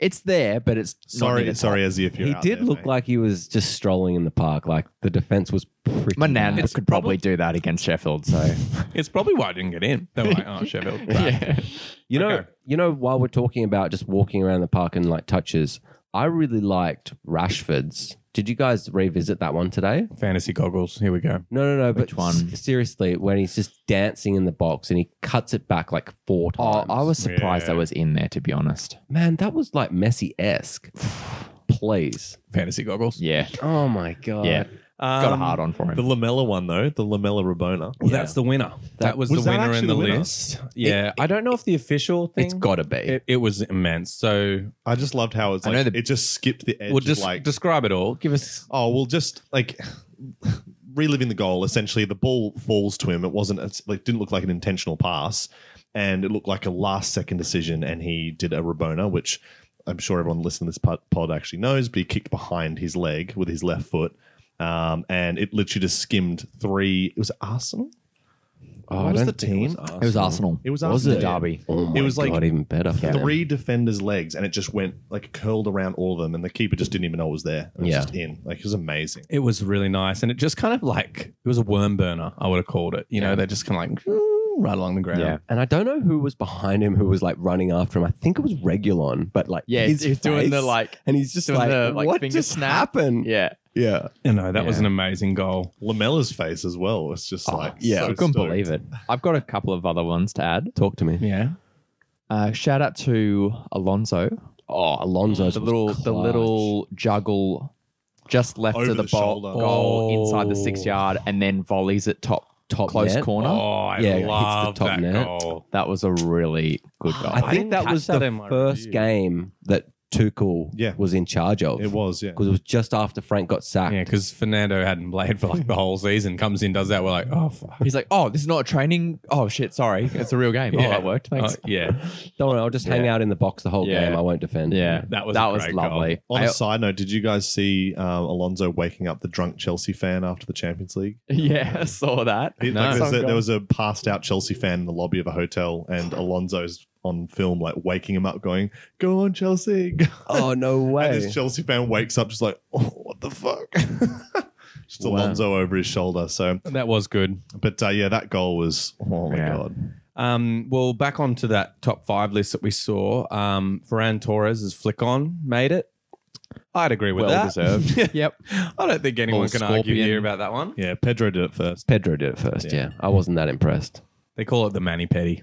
It's there, but it's Not in Sorry, the sorry, Ezzy, if you're he out did there, look mate. like he was just strolling in the park. Like the defense was pretty. top. My nan bad. could probably do that against Sheffield. So It's probably why I didn't get in. They were like, oh, Sheffield. Right. You know, Okay. you know, while we're talking about just walking around the park and like touches, I really liked Rashford's. Did you guys revisit that one today? Fantasy goggles. Here we go. No, no, no. but Which one? s- seriously, when he's just dancing in the box and he cuts it back like four oh, times. I was surprised I was in there, to be honest. man, that was like Messi esque. Please. Fantasy goggles. Yeah, Oh my god. yeah, Um, got a hard on for him. the Lamella one though. The Lamella Rabona. Well, that's the winner. That, was, was that the winner in actually the the winner? list. Yeah. I don't know if the official thing. It's got to be. It, it was immense. So I just loved how it's I like know the- it just skipped the edge. we'll of, just like describe it all. Give us. oh well just like reliving the goal essentially the ball falls to him it wasn't it's, like didn't look like an intentional pass and it looked like a last second decision and he did a rabona which i'm sure everyone listening to this pod, pod actually knows but he kicked behind his leg with his left foot um, and it literally just skimmed three it was arsenal Oh, What was don't the think It team? was, it was Arsenal. it was Was arsenal it? yeah. Derby. Oh my It was like god, even better. three defenders legs and it just went like curled around all of them and the keeper just didn't even know it was there it was Yeah. just in like it was amazing It was really nice. And it just kind of like, it was a worm burner, I would have called it. You know, they're just kind of like mm, right along the ground. Yeah. And I don't know who was behind him, who was like running after him. I think it was Regulon, but like Yeah, his he's doing the, face, like- and he's just doing like, the, like, what finger just snap." happened? Yeah, yeah. You know, that was Yeah. an amazing goal. Lamella's face as well. It's just like yeah. so I Oh, I couldn't stoked. believe it. I've got a couple of other ones to add. Talk to me. Yeah. Uh, shout out to Alonso Oh, Alonso's Mm, the was little the clutch. little juggle just left Over of the, the ball, shoulder. goal Oh. inside the six yard and then volleys it top top close net. corner. Oh, I Yeah, hits the love top that net. goal. That was a really good goal. I think didn't that catch was that the in my first review. game that Tuchel Yeah. was in charge of. It was, yeah. because it was just after Frank got sacked. Yeah, because Fernando hadn't played for like the whole season. Comes in, does that. We're like, oh fuck. He's like, oh, this is not a training. Oh shit, sorry, it's a real game. Yeah. Oh, that worked. Thanks. Oh, yeah, Don't worry, I'll just hang out in the box the whole Yeah. game. I won't defend. yeah, that was that a was great goal. lovely. On I- a side note, did you guys see um, Alonso waking up the drunk Chelsea fan after the Champions League? yeah, I saw that. He- No. like, there's a- there was a passed out Chelsea fan in the lobby of a hotel, and Alonso's on film, like waking him up, going, "Go on, Chelsea!" go on." Oh no And way. this Chelsea fan wakes up, just like, "Oh, what the fuck!" just Alonso over his shoulder. So, that was good. but uh, yeah, that goal was oh my Yeah. god. Um, well, back onto that top five list that we saw. Um, Ferran Torres's flick on made it. I'd agree with Well that. deserved. yep. I don't think anyone Little can argue scorpion. here about that one. Yeah, Pedro did it first. Pedro did it first. Yeah. Yeah. I wasn't that impressed. They call it the Manny Petty.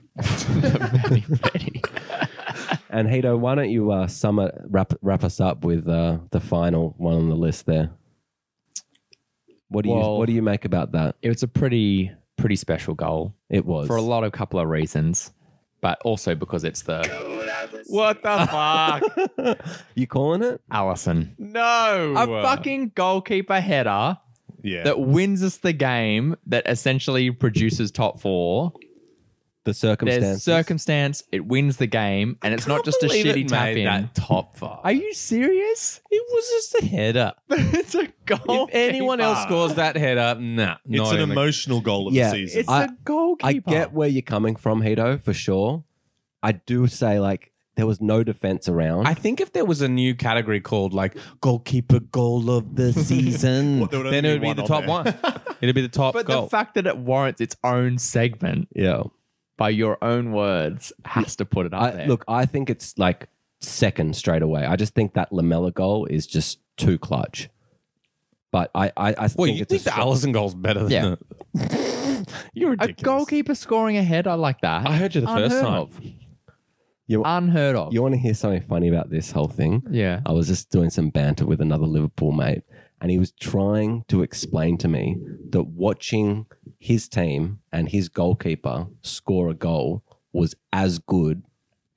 And Hito, why don't you uh, sum it, wrap wrap us up with uh, the final one on the list there? What do you Well- what do you make about that? It was a pretty pretty special goal It was for a lot of couple of reasons, but also because it's the What the fuck? you calling it? Allison no. a fucking goalkeeper header Yeah, that wins us the game that essentially produces top four. The There's circumstances. circumstance, it wins the game, and it's not just a believe it shitty tap made in. that top five. Are you serious? it was just a header. it's a goal. If anyone Ah. else scores that header, nah. it's not an in the- emotional goal of Yeah, the season. it's a I- I goalkeeper. get where you're coming from, Hito, for sure. I do say like there was no defense around. I think if there was a new category called like goalkeeper goal of the season, Well, there would then only it would be be the one on top one. It'd be the top but goal. the fact that it warrants its own segment yeah. by your own words has to put it up I, there. look, I think it's like second straight away. I just think that Lamella goal is just too clutch. But I, I, I well, think you it's think a the strong- Allison goal's better than Yeah. the- You're a ridiculous. goalkeeper scoring a head, I like that. I heard you the first Unheard time. Of. You- Unheard of. You want to hear something funny about this whole thing? yeah. I was just doing some banter with another Liverpool mate, and he was trying to explain to me that watching his team and his goalkeeper score a goal was as good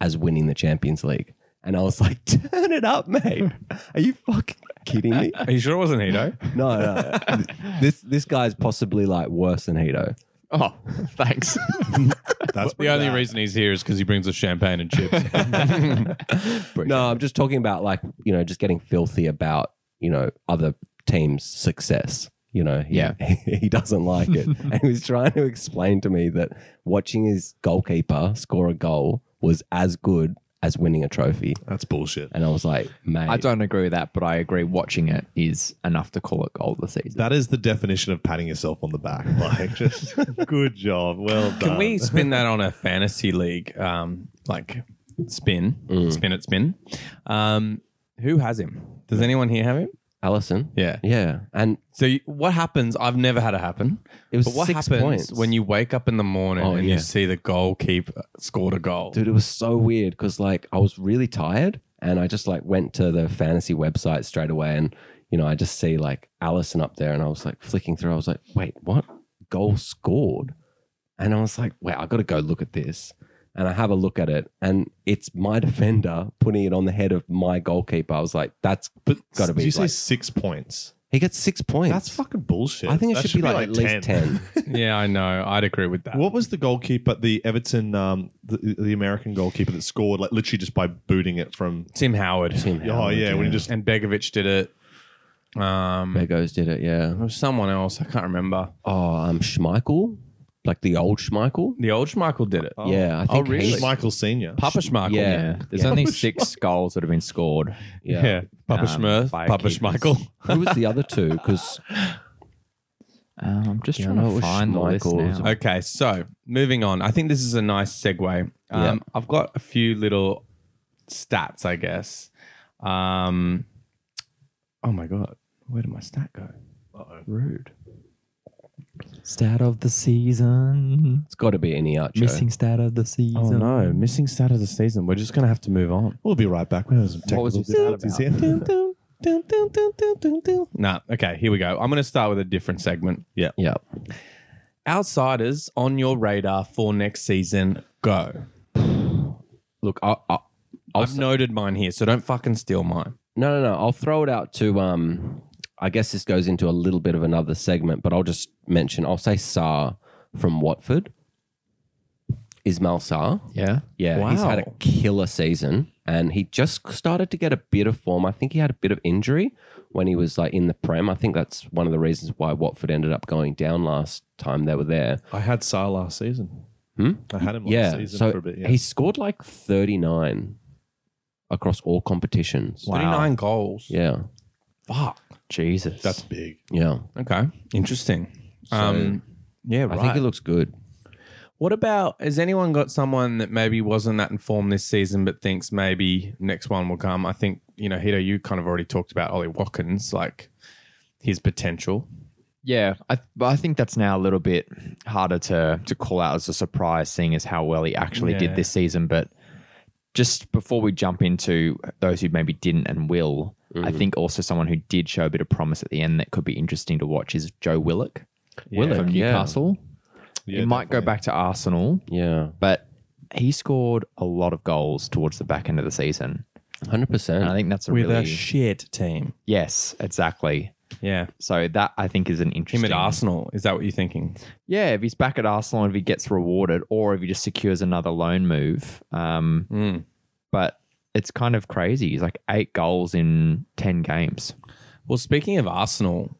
as winning the Champions League. And I was like, turn it up, mate. Are you fucking kidding me? Are you sure it wasn't Hito? No, no. this this guy's possibly like worse than Hito. Oh, thanks. That's the only reason he's here is because he brings us champagne and chips. No, I'm just talking about like you know just getting filthy about you know other teams' success. You know, he, Yeah. he doesn't like it, and he was trying to explain to me that watching his goalkeeper score a goal was as good as winning a trophy. that's bullshit. And I was like, mate, I don't agree with that, but I agree watching it is enough to call it goal this season. That is the definition of patting yourself on the back. Like, just good job, well done. Can we spin that on a fantasy league? Um, like spin, Mm. spin it, spin. Um, who has him? Does anyone here have him? Allison, Yeah. yeah, and So you, what happens? I've never had it happen. It was but what six happens points. when you wake up in the morning Oh, and yeah. you see the goalkeeper scored a goal? dude, it was so weird because like I was really tired, and I just like went to the fantasy website straight away, and you know I just see like Allison up there, and I was like flicking through. I was like, wait, what goal scored? And I was like, wow, I got to go look at this. And I have a look at it, and it's my defender putting it on the head of my goalkeeper. I was like, that's But Gotta be did you like- say six points? he gets six points. That's fucking bullshit. I think it That should, be, like, at least ten. yeah, I know. I'd agree with that. What was the goalkeeper? The Everton, um, the, the American goalkeeper that scored like literally just by booting it from. Tim Howard. Tim oh Howard, yeah, when he just and Begovic did it. Um, it Begos did it. Yeah. was someone else. I can't remember. Oh, um, Schmeichel, like the old Schmeichel. The old Schmeichel did it. Yeah, I Oh, think really? he's- It's Michael Senior. Papa Schmeichel. Yeah. There's only six goals that have been scored. Yeah. Yeah. Papa Um, Smurf. by Papa keepers. Schmeichel. Who was the other two? Because Um, I'm just Yeah, I trying know it to was find the list Schmeichel's. now. Okay, so moving on. I think this is a nice segue. Um, Yeah. I've got a few little stats, I guess. Um, oh my god, where did my stat go? Rude. Stat of the season. it's got to be Iheanacho. Missing stat of the season. Oh no, missing stat of the season. We're just gonna have to move on. We'll be right back. We have some What was technical he sad difficulties about? here. Nah, okay, here we go. I'm gonna start with a different segment. Yeah. outsiders on your radar for next season go? Look, I, I, I've noted mine here, so don't fucking steal mine. No, no, no. I'll throw it out to. Um, I guess this goes into a little bit of another segment, but I'll just mention. I'll say Saar from Watford. Ismail Saar. yeah, Yeah, he's had a Wow. killer season, and he just started to get a bit of form. I think he had a bit of injury when he was like in the prem. I think that's one of the reasons why Watford ended up going down last time they were there. I had Saar last season. Hmm? I had him last yeah, season so for a bit. Yeah. he scored like thirty nine across all competitions. Wow. 39 goals. Yeah, Fuck. Jesus, That's big. yeah. Okay. Interesting. um, yeah, right. I think he looks good. What about has anyone got someone that maybe wasn't that informed this season but thinks maybe next one will come? I think, you know, Hito, you kind of already talked about Ollie Watkins, like his potential. yeah. I, but I think that's now a little bit harder to to call out as a surprise, seeing as how well he actually Yeah. did this season. But just before we jump into those who maybe didn't and will, I think also someone who did show a bit of promise at the end that could be interesting to watch is Joe Willock Willock, from yeah. Newcastle. Yeah, he might go back to Arsenal, Yeah, but he scored a lot of goals towards the back end of the season. hundred And I percent. think that's a With really a shit team. yes, exactly. Yeah. So that I think is an interesting. Him at Arsenal. Is that what you're thinking? Yeah, if he's back at Arsenal, if he gets rewarded, or if he just secures another loan move. Um, Hmm. But it's kind of crazy. He's like eight goals in ten games. Well, speaking of Arsenal,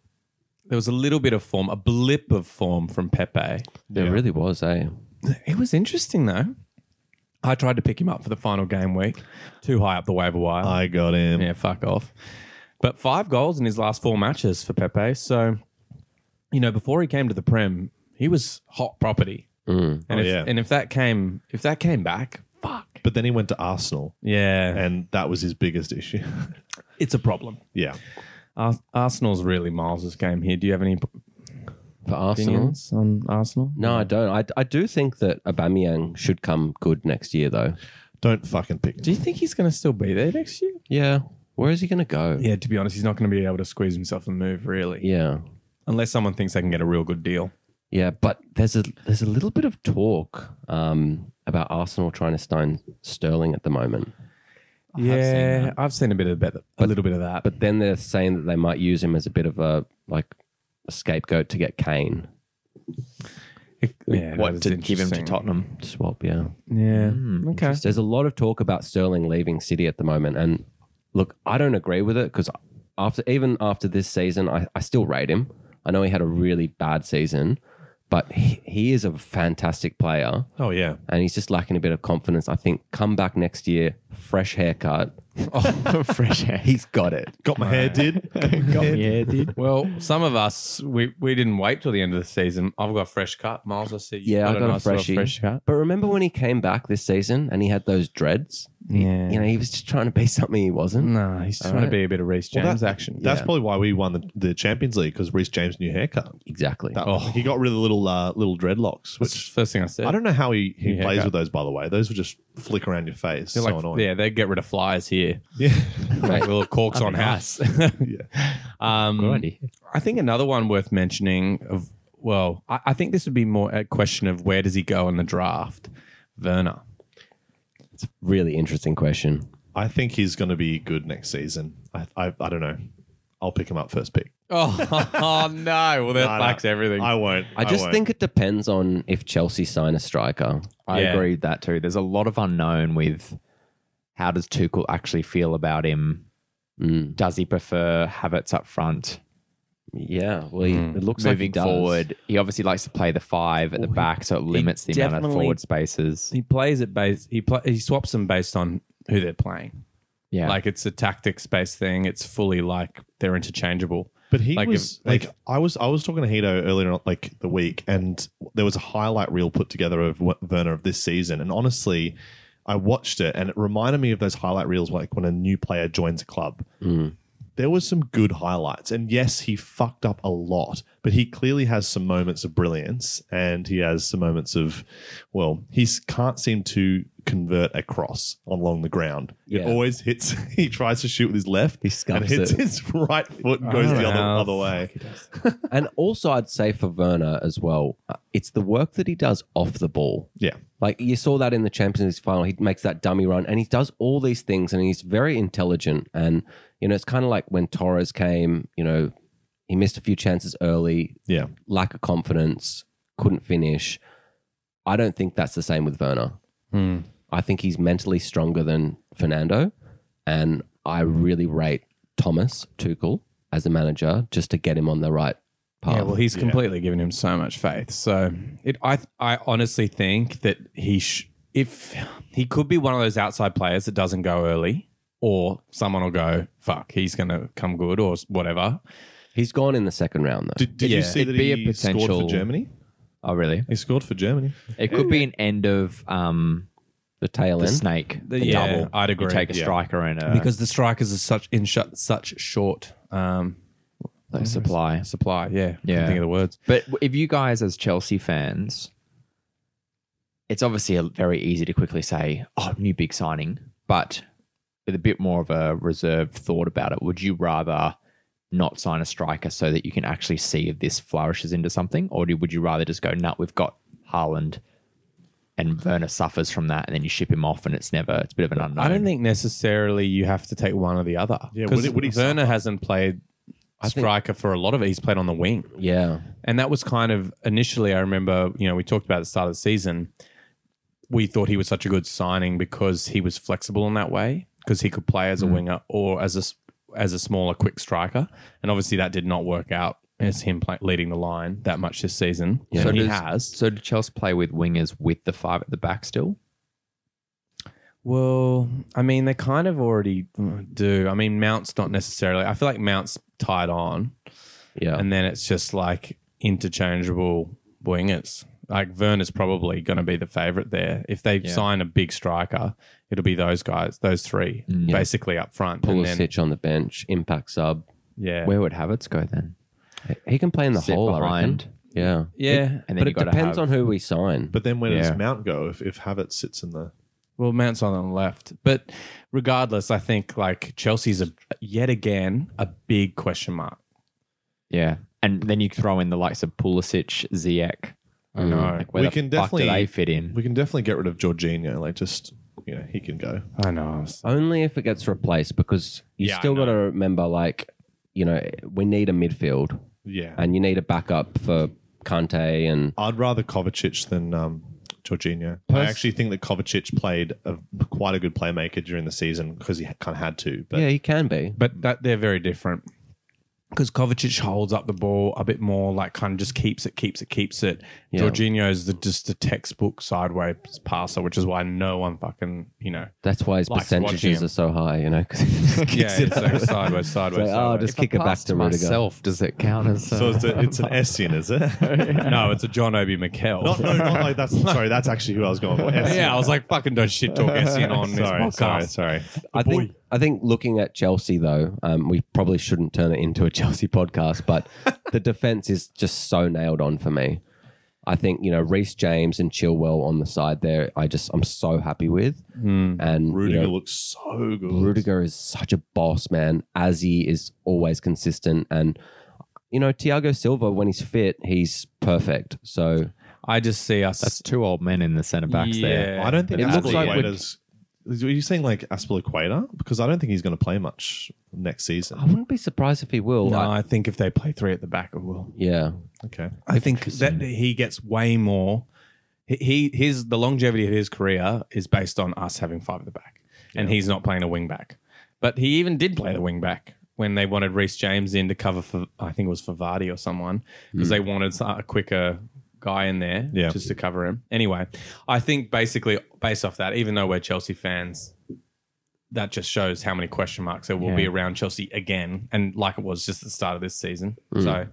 there was a little bit of form, a blip of form from Pepe. There really was, eh? It was interesting though. I tried to pick him up for the final game week. Too high up the waiver wire. I got him. Yeah, fuck off. But five goals in his last four matches for Pepe. So, you know, before he came to the Prem, he was hot property. And, Oh, if, yeah. and if that came, if that came back, fuck. But then he went to Arsenal, Yeah, and that was his biggest issue. it's a problem. yeah. Ar- Arsenal's really Miles's game here. Do you have any For Arsenal, opinions on Arsenal? No, I don't. I, I do think that Aubameyang should come good next year, though. Don't fucking pick. Do you think he's going to still be there next year? Yeah. Where is he going to go? Yeah, to be honest, he's not going to be able to squeeze himself and move really, Yeah. unless someone thinks they can get a real good deal. Yeah, but there's a there's a little bit of talk um, about Arsenal trying to sign Sterling at the moment. yeah, I've seen a bit of that, a little bit of that. But then they're saying that they might use him as a bit of a like a scapegoat to get Kane yeah, what to give him to Tottenham? swap. Yeah, Yeah. okay. there's a lot of talk about Sterling leaving City at the moment, and look, I don't agree with it because after even after this season, I, I still rate him. I know he had a really bad season, but he, he is a fantastic player. Oh yeah. and he's just lacking a bit of confidence. I think come back next year, fresh haircut. Oh, Fresh air. He's got it. Got my hair did. yeah, dude. Well, some of us we, we didn't wait till the end of the season. I've got a fresh cut. Miles, I see. you Yeah, I got a nice little freshie. fresh cut. But remember when he came back this season and he had those dreads? Yeah. You know, he was just trying to be something he wasn't. no, he's trying to right. be a bit of Reece James action. That's probably why we won the, the Champions League because Reece James' new haircut. Exactly. That- He got rid of little uh, little dreadlocks, That's which the first thing I said. I don't know how he, he New plays haircut. with those. By the way, those would just flick around your face. They're so like- annoying. yeah, they get rid of flies here. Yeah. Like little corks on house. um, I think another one worth mentioning of well, I, I think this would be more a question of where does he go in the draft? Werner. Really interesting question. I think he's going to be good next season. I, I I don't know. I'll pick him up first pick. Oh, no! Well, that I fucks don't- everything. I won't. I just won't. think it depends on if Chelsea sign a striker. I Yeah. agree with that too. There's a lot of unknown with how does Tuchel actually feel about him? Mm. Does he prefer Havertz up front? Yeah. Well, he, Mm. it looks like he Moving does. forward, he obviously likes to play the five at the back, so it limits the amount of definitely- forward spaces. he plays it based he pla he swaps them based on who they're playing. Yeah, Like it's a tactics based thing. It's fully like they're interchangeable. But he Like, was if- like, like- I was I was talking to Hito earlier on like the week, and there was a highlight reel put together of Wer- Werner of this season, and honestly, I watched it, and it reminded me of those highlight reels like when a new player joins a club. There was some good highlights, and yes, he fucked up a lot, but he clearly has some moments of brilliance, and he has some moments of, well, he can't seem to convert a cross along the ground. It Yeah. always hits. He tries to shoot with his left. He scumps and hits it. his right foot and goes the other, Wow. other way. And also, I'd say for Werner as well, uh, it's the work that he does off the ball. Yeah. Like you saw that in the Champions League final. He makes that dummy run and he does all these things and he's very intelligent. And, you know, it's kind of like when Torres came, you know, he missed a few chances early, Yeah. lack of confidence, couldn't finish. I don't think that's the same with Werner. I think he's mentally stronger than Fernando. And I really rate Thomas Tuchel as a manager just to get him on the right path. Yeah, well, he's completely given him so much faith. So it, I, I honestly think that he, sh- if he could be one of those outside players that doesn't go early, or someone will go, fuck, he's going to come good or s- whatever. He's gone in the second round though. Did, did you see It'd that be a he scored for potential- Germany? Oh, really? He scored for Germany. It could be an end of um, the tail the end. snake. The, yeah, double. I'd You agree, take a yeah. striker and a Because the strikers are such in sh- such short um, like, supply. supply. Yeah, Yeah. Can't think of the words. But w- if you guys, as Chelsea fans, it's obviously a very easy to quickly say, "Oh, new big signing," but with a bit more of a reserved thought about it, would you rather not sign a striker so that you can actually see if this flourishes into something, or do, would you rather just go, "Nut, we've got Haaland," and Werner suffers from that, and then you ship him off, and it's never, it's a bit of an unknown. I don't think necessarily you have to take one or the other. Yeah, because would it- would he Werner hasn't played striker for a lot of it. He's played on the wing. Yeah. And that was kind of initially, I remember, you know, we talked about at the start of the season. We thought he was such a good signing because he was flexible in that way, because he could play as a winger or as a s- as a smaller quick striker. And obviously, that did not work out as him play, leading the line that much this season. So So he does- has. So do Chelsea play with wingers with the five at the back still? Well, I mean, they kind of already do. I mean, Mount's not necessarily. I feel like Mount's tied on. Yeah. and then it's just like interchangeable wingers. Like Werner's probably going to be the favorite there. If they sign a big striker, it'll be those guys, those three, basically up front. and then, Pulisic on the bench, impact sub. yeah, Where would Havertz go then? He can play in the Sit hole, behind. I reckon. Yeah. yeah. And then But you it gotta depends have- on who we sign. But then where Yeah. does Mount go if, if Havertz sits in the. Well, Mount's on the left, but regardless, I think like Chelsea's a, yet again a big question mark. Yeah. And then you throw in the likes of Pulisic, Ziyech. I know. Like where We the fuck can do definitely- they fit in? We can definitely get rid of Jorginho. Like, just, you know, he can go. I know. Only if it gets replaced because you Yeah, I still know. got to remember, like, you know, we need a midfield Yeah. and you need a backup for Kante and I'd rather Kovacic than um, Jorginho. I actually think that Kovacic played a, quite a good playmaker during the season because he kind of had to. But yeah, he can be. but that they're very different because Kovacic holds up the ball a bit more, like kind of just keeps it, keeps it, keeps it. Jorginho is the, just the textbook sideways passer, which is why no one fucking you know That's why his Likes watching percentages him. are so high, you know. 'cause he just kicks yeah, it it's up. like sideways, It's like, sideways, oh, sideways. just kick it back to Rudiger. does it count as so it's, a, it's an Essien, is it? no, it's a John Obi Mikel. not, no, not like that's. Sorry, that's actually who I was going for. Essien. yeah, I was like, fucking don't shit talk Essien on this Sorry, podcast. sorry, sorry. I think I think looking at Chelsea though, um, we probably shouldn't turn it into a Chelsea podcast, but the defense is just so nailed on for me. I think you know Reece James and Chilwell on the side there. I just I'm so happy with Hmm. and you Rudiger know, looks so good. Rudiger is such a boss man. As he is always consistent and. You know, Thiago Silva, when he's fit, he's perfect. So I just see us. That's two old men in the centre backs there. Yeah. I don't think It it looks like we'd- Are you saying like Aspilaqueta? Because I don't think he's going to play much next I season. wouldn't be surprised if he will. no, I- I think if they play three at the back, it will. yeah. Okay. I think that he gets way more. He he- his the longevity of his career is based on us having five at the back, and he's not playing a wing back. But he even did play the wing back when they wanted Reece James in to cover for I think it was for Vardy or someone because they wanted a quicker guy in there Yeah. just to cover him. Anyway, I think basically based off that, even though we're Chelsea fans. That just shows how many question marks there will be around Chelsea again, and like it was just at the start of this season. So,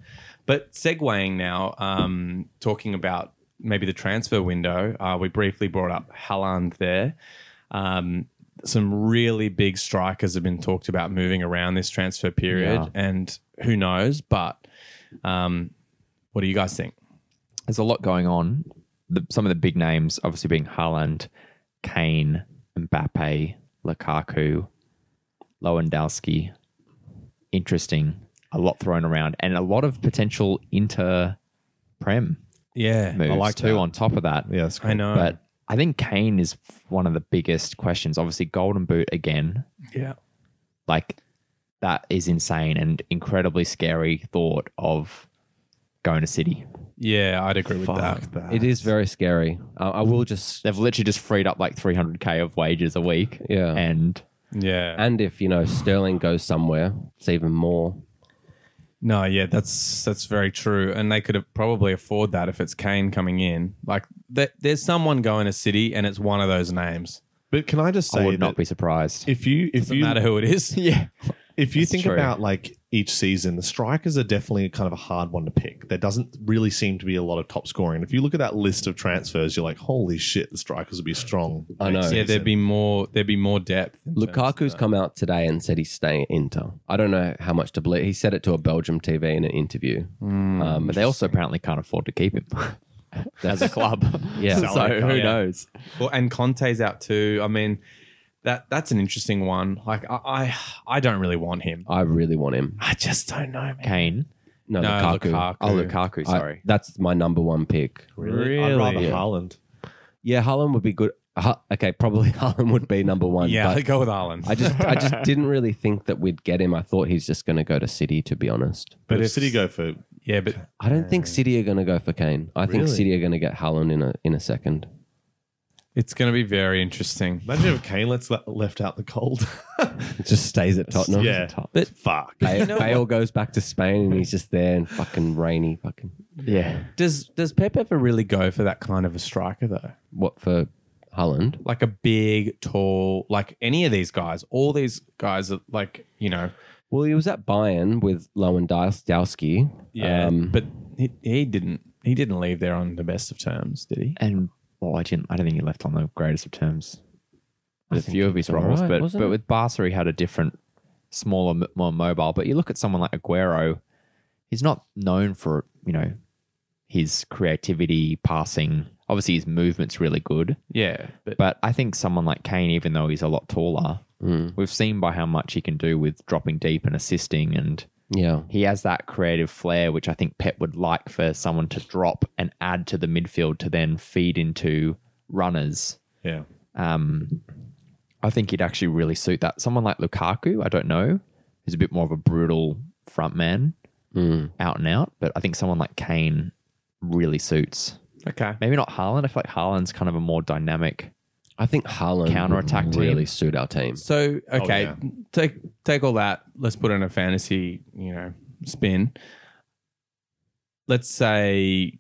but segueing now, um, talking about maybe the transfer window, uh, we briefly brought up Halland there. Um, some really big strikers have been talked about moving around this transfer period, Yeah. and who knows? But um, what do you guys think? There's a lot going on. The, some of the big names, obviously being Haaland, Kane, Mbappe, Lukaku, Lewandowski. Interesting. A lot thrown around and a lot of potential inter prem Yeah, moves I like too that. on top of that. Yeah, that's I know. But I think Kane is one of the biggest questions. Obviously, Golden Boot again. yeah, Like that is insane and incredibly scary thought of going to City. yeah, I'd agree with that. It is very scary. Uh, I will just They've literally just freed up like 300k of wages a week. Yeah. And Yeah, and if you know Sterling goes somewhere, it's even more. No, yeah, that's that's very true, and they could have probably afford that if it's Kane coming in. Like, th- there's someone going to City, and it's one of those names. But can I just I say would not that be surprised. if you if Doesn't you matter who it is. yeah. if you That's think true. about like each season, the strikers are definitely kind of a hard one to pick. There doesn't really seem to be a lot of top scoring. If you look at that list of transfers, you're like, holy shit, the strikers will be strong. I know. Yeah, there'd be more. There'd be more depth. in terms of Lukaku's that. come out today and said he's staying at Inter. I don't know how much to believe. He said it to a Belgium TV in an interview. Um, But they also apparently can't afford to keep him as a club. Yeah. so Salary who cap. knows? Well, and Conte's out too. I mean, that that's an interesting one. Like, I I, I don't really want him. I really want him. I just don't know, man. Kane. No, No, Lukaku. Lukaku. Oh, Lukaku. I- Sorry. that's my number one pick. I'd rather Really? Haaland. Yeah, Haaland would be good. Ha- okay, probably Haaland would be number one. yeah, but go with Ireland. I just I just didn't really think that we'd get him. I thought he's just going to go to City. To be honest, But But if if- City go for yeah, but I don't think City are going to go for Kane. I think Really? City are going to get Haaland in a in a second. it's going to be very interesting. imagine if Kane lets le- left out the cold. It just stays at Tottenham. yeah, But- fuck. Bale, Bale goes back to Spain and he's just there and fucking rainy. Fucking Yeah. Does does Pep ever really go for that kind of a striker though? what for Haaland? Like a big, tall, like any of these guys. All these guys are like you know. Well, he was at Bayern with Lewandowski. Um, but he, he didn't. He didn't leave there on the best of terms, did he? And well, I didn't. I don't think he left on the greatest of terms. With a few of his all roles, right, but wasn't but it? with Barca, he had a different, smaller, m- more mobile. But you look at someone like Aguero, he's not known for you know his creativity, passing. Obviously, his movement's really good. Yeah, but But I think someone like Kane, even though he's a lot taller, we've seen by how much he can do with dropping deep and assisting, and yeah, he has that creative flair, which I think Pep would like for someone to drop and add to the midfield to then feed into runners. Yeah. Um, I think he'd actually really suit that. Someone like Lukaku, I don't know, who's a bit more of a brutal front man, mm. out and out, but I think someone like Kane really suits. okay. Maybe not Haaland. I feel like Haaland's kind of a more dynamic. I think Haaland Counter-attack would team. really suit our team. So okay, Oh, yeah. take take all that. Let's put it in a fantasy, you know, spin. Let's say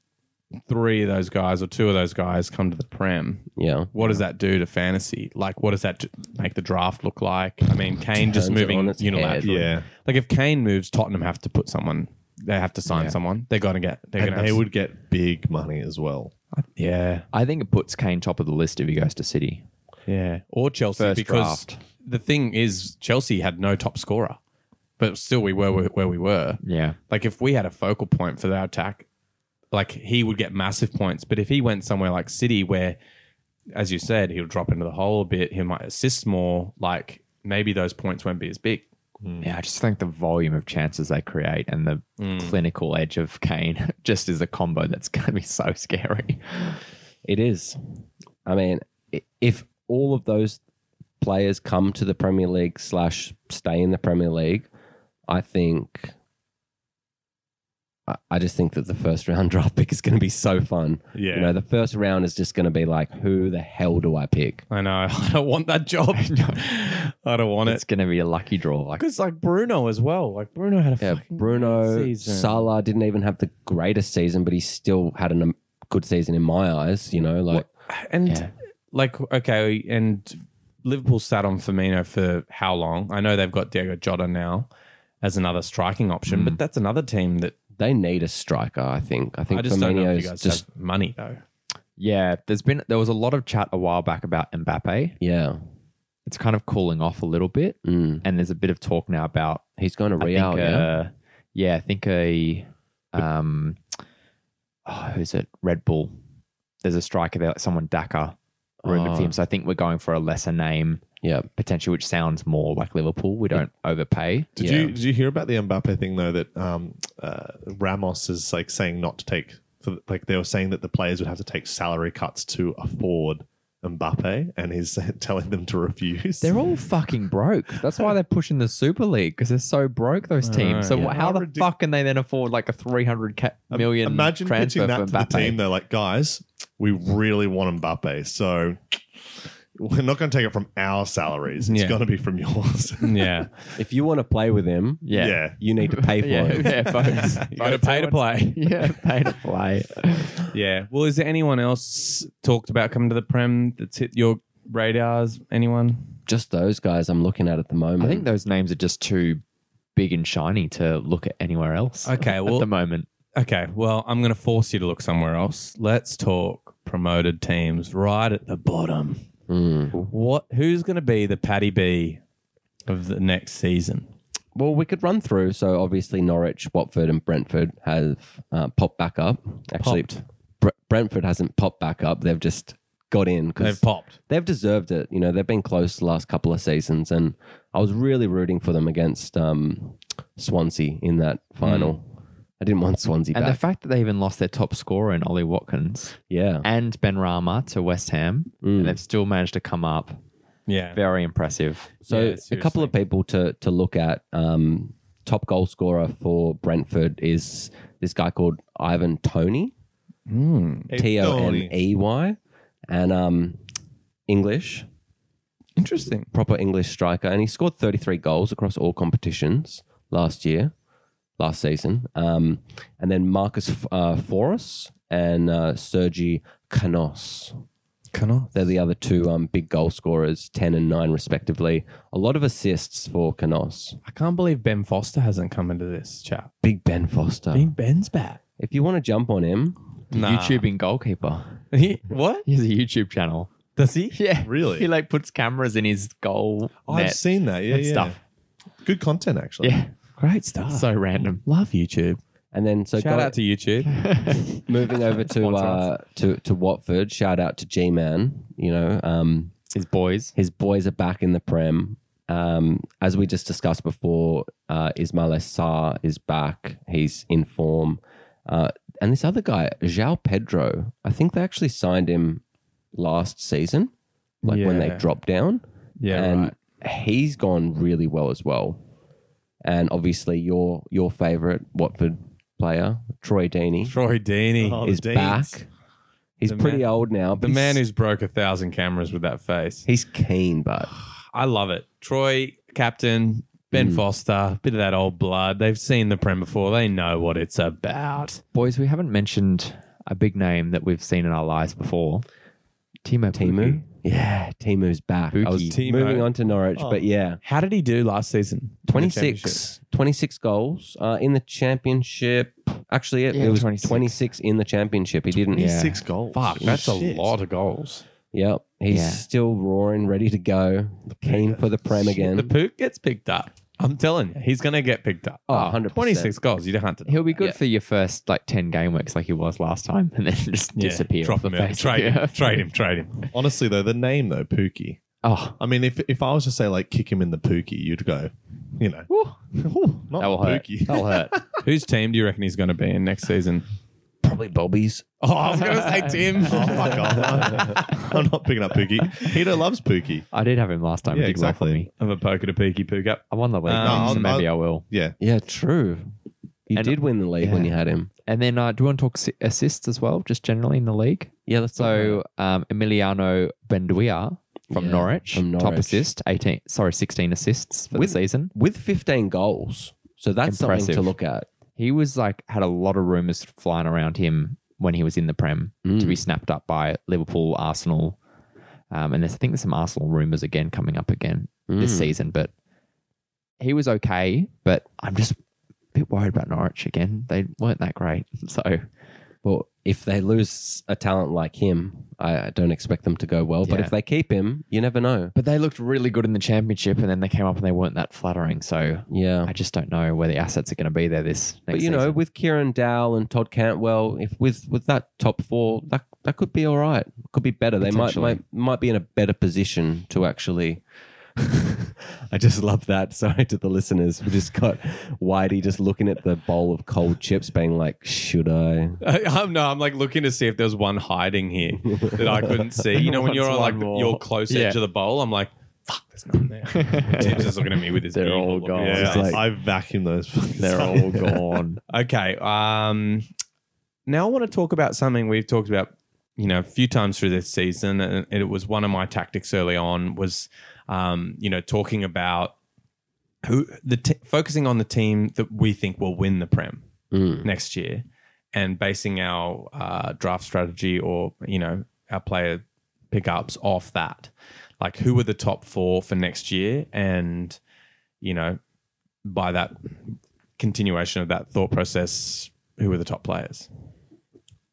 three of those guys or two of those guys come to the prem. Yeah, What does that do to fantasy? Like, what does that d- make the draft look like? I mean, Kane just Turns it moving on its head. unilaterally. Yeah. Like, if Kane moves, Tottenham have to put someone. They have to sign someone. They're gonna get. They're And gonna. they have, would get big money as well. Yeah, I think it puts Kane top of the list if he goes to City. yeah. Or Chelsea First because draft. the thing is, Chelsea had no top scorer, but still we were where- where we were. Yeah. Like if we had a focal point for our attack, like he would get massive points. But if he went somewhere like City, where, as you said, he'll drop into the hole a bit, he might assist more. Like maybe those points won't be as big. Yeah, I just think the volume of chances they create and the clinical edge of Kane just is a combo that's going to be so scary. it is. I mean, i- if all of those players come to the Premier League slash stay in the Premier League, I think. I- I just think that the first round draft pick is going to be so fun. Yeah. You know, the first round is just going to be like, who the hell do I pick? I know. I don't want that job. I don't want It's it. going to be a lucky draw. Like, Because like Bruno as well. Like Bruno had a Yeah, fucking great Bruno season. Salah didn't even have the greatest season, but he still had a good season in my eyes. You know, like and Yeah. like okay, and Liverpool sat on Firmino for how long? I know they've got Diego Jota now as another striking option, Mm. but that's another team that they need a striker. I think. I think I just don't know if you Firmino's guys just have money though. yeah, there's been there was a lot of chat a while back about Mbappe. yeah. It's kind of cooling off a little bit, Mm. and there's a bit of talk now about He's going I to Real. think, yeah? uh, yeah, I think a um, oh, who's it? Red Bull. There's a striker there, like someone Daka rumored for him. So I think we're going for a lesser name Yeah. potentially, which sounds more like Liverpool. We don't overpay. Did Yeah. you did you hear about the Mbappe thing though? That um, uh, Ramos is like saying not to take, so, like they were saying that the players would have to take salary cuts to afford Mbappe, and he's telling them to refuse. They're all fucking broke. That's why they're pushing the Super League because they're so broke. Those teams. So wh- how the fuck can they then afford like a three hundred ca- million Imagine transfer pitching for that to the Mbappe? team. They're like, guys, we really want Mbappe, so we're not going to take it from our salaries. It's Yeah. going to be from yours. Yeah. If you want to play with him, Yeah. yeah. you need to pay for Yeah, him. yeah, folks. You got to pay to play. yeah, pay to play. Yeah. Well, is there anyone else talked about coming to the Prem that's hit your radars? Anyone? Just those guys I'm looking at at the moment. I Mm. think those names are just too big and shiny to look at anywhere else. Okay. at Well, the moment. okay. Well, I'm going to force you to look somewhere else. Let's talk promoted teams right at the bottom. Hmm. Mm. What? Who's going to be the Paddy B of the next season? Well, we could run through. So obviously Norwich, Watford, and Brentford have uh, popped back up. Actually, Popped. Br- Brentford hasn't popped back up. They've just got in because They've popped. they've deserved it. You know, they've been close the last couple of seasons, and I was really rooting for them against um, Swansea in that final. I didn't want Swansea And the back. fact that they even lost their top scorer in Ollie Watkins yeah, and Ben Rama to West Ham, Mm. and they've still managed to come up. Yeah. Very impressive. So Yeah, a couple of people to to look at. Um, top goal scorer for Brentford is this guy called Ivan Tony, T O N E Y, and um, English Interesting. proper English striker, and he scored 33 goals across all competitions last year, last season. Um, and then Marcus uh, Forrest and uh, Sergi Canos. Cannot. They're the other two um, big goal scorers, 10 and 9, respectively. A lot of assists for Canos. I can't believe Ben Foster hasn't come into this chat. Big Ben Foster. Ben's back. If you want to jump on him, The Nah. YouTubing goalkeeper. what? He has a YouTube channel. Does he? Yeah. Really? He like puts cameras in his goal. I've net. seen that. Yeah, and yeah. stuff. Good content actually. Yeah. Great stuff. So random. Love YouTube. and then so Shout go- out to YouTube. moving over to, Sponsor uh, to to Watford. Shout out to G Man. You know, um, His boys. His boys are back in the Prem. Um, as we just discussed before, uh, Ismail Sarr is back. He's in form. Uh, and this other guy, João Pedro, I think they actually signed him last season, like when they Yeah. dropped down. Yeah, and he's gone really well as well. And obviously, your your favorite Watford player, Troy Deeney, Troy Deeney. Oh, the is Deans. back. He's The pretty man- old now. The But man he's, who's broke a thousand cameras with that face. he's keen, but I love it. Troy, captain, Ben Foster, bit of that old blood. They've seen the Prem before. They know what it's about. Boys, we haven't mentioned a big name that we've seen in our lives before. Timo Timu. Pukki. Yeah, Timu's back. I was Buki. Timo. moving on to Norwich, Oh. but yeah. How did he do last season? 26, 26 goals uh, in the championship. Actually, it, Yeah, it was 26. 26. in the championship. He didn't. Yeah. Six goals. Fuck, that's a lot of goals. yeah. He's Yeah. still roaring, ready to go. Keen for the Prem The again. Pook gets picked up. I'm telling you, he's going to get picked up. Oh, 100%. 26 goals. You don't have to. He'll be good Yeah. for your first like ten game weeks, like he was last time, and then just Yeah, disappear Drop off the him out. face. Trade Yeah. him. Trade him. Trade him. Honestly though, the name though, Pookie. Oh, I mean, if if I was to say like kick him in the Pookie, you'd go, you know, not that will the hurt. Pookie. That'll hurt. Whose team do you reckon he's going to be in next season? Probably Bobby's. Oh, I was going to say Tim. Oh, fuck off. I'm not picking up Pookie. Hito loves Pookie. I did have him last time. Yeah, he did well for exactly. me. Of a poke at a peaky pook up. I won the league, Um, game, so I'll- maybe I will. Yeah. Yeah, true. You And- did win the league when you had him. And then, uh, do you want to talk assi- assists as well, just generally in the league? Yeah, that's So, um, Emiliano Benduia from, Yeah, Norwich, from top Norwich. assist, eighteen, sorry, sixteen assists for With- the season. with 15 goals. So that's something to Impressive. look at. He was like had a lot of rumors flying around him when he was in the Prem to Mm. be snapped up by Liverpool, Arsenal, um, and there's I think there's some Arsenal rumors again coming up again Mm. this season. But he was okay, but I'm just a bit worried about Norwich again. They weren't that great, so Well, if they lose a talent like him, I I don't expect them to go well. But Yeah. if they keep him, you never know. But they looked really good in the championship, and then they came up and they weren't that flattering. So Yeah. I just don't know where the assets are going to be there this. Next But you know, season. with Kieran Dowell and Todd Cantwell, if with with that top four, that that could be all right. Could be better. They might Potentially. might might be in a better position to actually. I just love that. Sorry to the listeners who just got Whitey just looking at the bowl of cold chips, being like, "Should I?" I, I'm no, I'm like looking to see if there's one hiding here that I couldn't see. You know, when you're on like the- your close edge of the bowl, I'm like, fuck, there's none there. Tim's just looking at me with his They're evil all look. gone. Yeah. It's Yeah, like- I vacuum those. fucking they're sides. all gone. Okay. Um, now I want to talk about something we've talked about, you know, a few times through this season, and it was one of my tactics early on was, um, you know, talking about who the t- focusing on the team that we think will win the prem Mm. next year, and basing our uh, draft strategy or you know our player pickups off that. Like, who are the top four for next year, and you know, by that continuation of that thought process, who were the top players?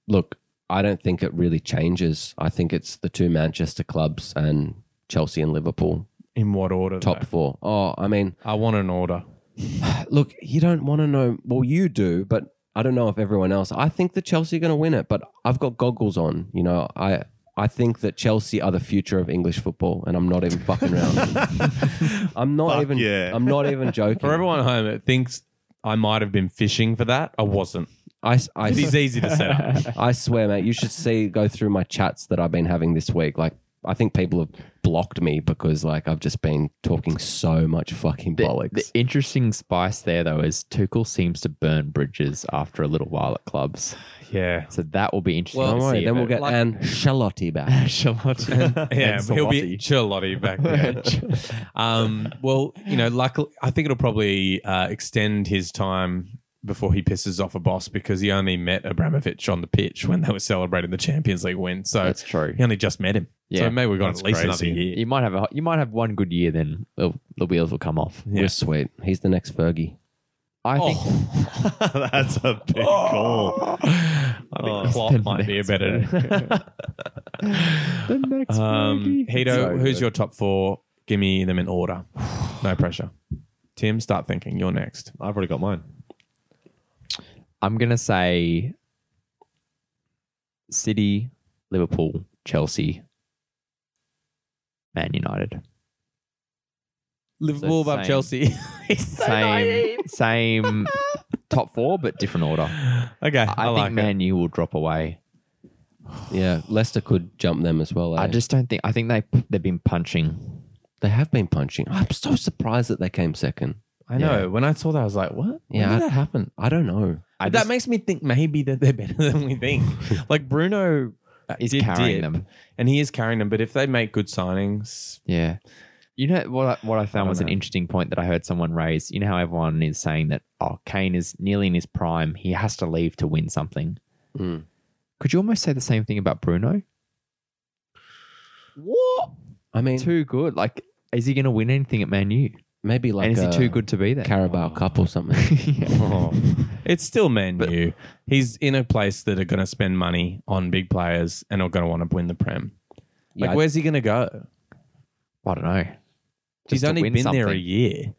Look, I don't think it really changes. I think it's the two Manchester clubs and Chelsea and Liverpool In what order? top four. Oh, I mean, I want an order. Look, you don't want to know. Well, you do, but I don't know if everyone else. I think that Chelsea are going to win it, but I've got goggles on. You know, I I think that Chelsea are the future of English football, and I'm not even fucking around. I'm not Fuck even. yeah. I'm not even joking. For everyone at home that thinks I might have been fishing for that, I wasn't. I s- I s- It is easy to set up. I swear, mate. You should see go through my chats that I've been having this week. Like, I think people have blocked me because like I've just been talking so much fucking The, bollocks. the interesting spice there, though, is Tuchel seems to burn bridges after a little while at clubs. Yeah. So that will be interesting. Don't to worry, see then if we'll it- get Anne Shalotti back. Charlotte. Yeah, And he'll be Chilotti back there. um, well, you know, luckily, I think it'll probably uh, extend his time before he pisses off a boss because he only met Abramovich on the pitch when they were celebrating the Champions League win. So That's true. he only just met him. Yeah. So maybe we've got That's at least crazy. another year. You might have a, you might have one good year, then the, the wheels will come off. We're sweet. He's the next Fergie. I Oh, think That's a big Oh, call. I think Klopp might be a better. the next um, Hito, So who's good. your top four? Give me them in order. No pressure. Tim, start thinking. You're next. I've already got mine. I'm gonna say City, Liverpool, Chelsea, Man United. Liverpool above same. Chelsea. Same same top four, but different order. I, okay, I, think like it. Man U will drop away. Yeah, Leicester could jump them as well. eh? I just don't think I think they they've been punching. They have been punching. I'm so surprised that they came second. I know. When I saw that, I was like, "What? When Yeah, did I- that happen?" I don't know. I But that just- makes me think maybe that they're better than we think. like Bruno uh, Is did carrying dip, them. and he is carrying them. But if they make good signings, Yeah. You know what I, what I found don't was an know. interesting point that I heard someone raise. You know how everyone is saying that oh Kane is nearly in his prime, he has to leave to win something. Mm. Could you almost say the same thing about Bruno? What? I mean, Too good. Like is he going to win anything at Man U? uh, maybe like and is a he too good to be there? Carabao Cup or something. oh, it's still Man U. He's in a place that are going to spend money on big players and are going to want to win the Prem. Like, Yeah, I- where's he going to go? I don't know. He's Just to only win been there a something. year.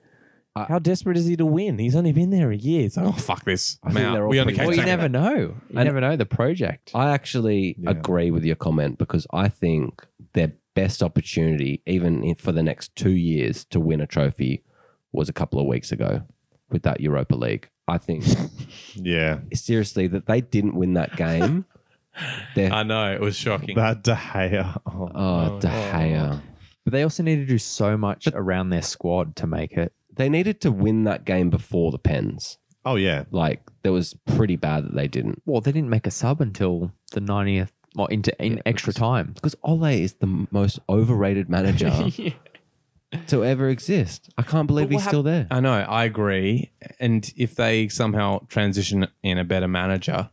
How desperate is he to win? He's only been there a year. It's like, oh fuck this. think Man, they're all we only pretty- came Well, you second. never know. You And- never know the project. I actually Yeah. agree with your comment because I think their best opportunity, even in, for the next two years, to win a trophy was a couple of weeks ago with that Europa League. I think Yeah, seriously that they didn't win that game. They're I know it was shocking. that De Gea. Oh, oh, De Gea. But they also need to do so much around their squad to make it. they needed to win that game before the Pens. oh yeah. Like that was pretty bad that they didn't. Well, they didn't make a sub until the 90th, well, into in extra time. Because Ole is the m- most overrated manager to ever exist. I can't believe But what he's still there. I know, I agree. And if they somehow transition in a better manager,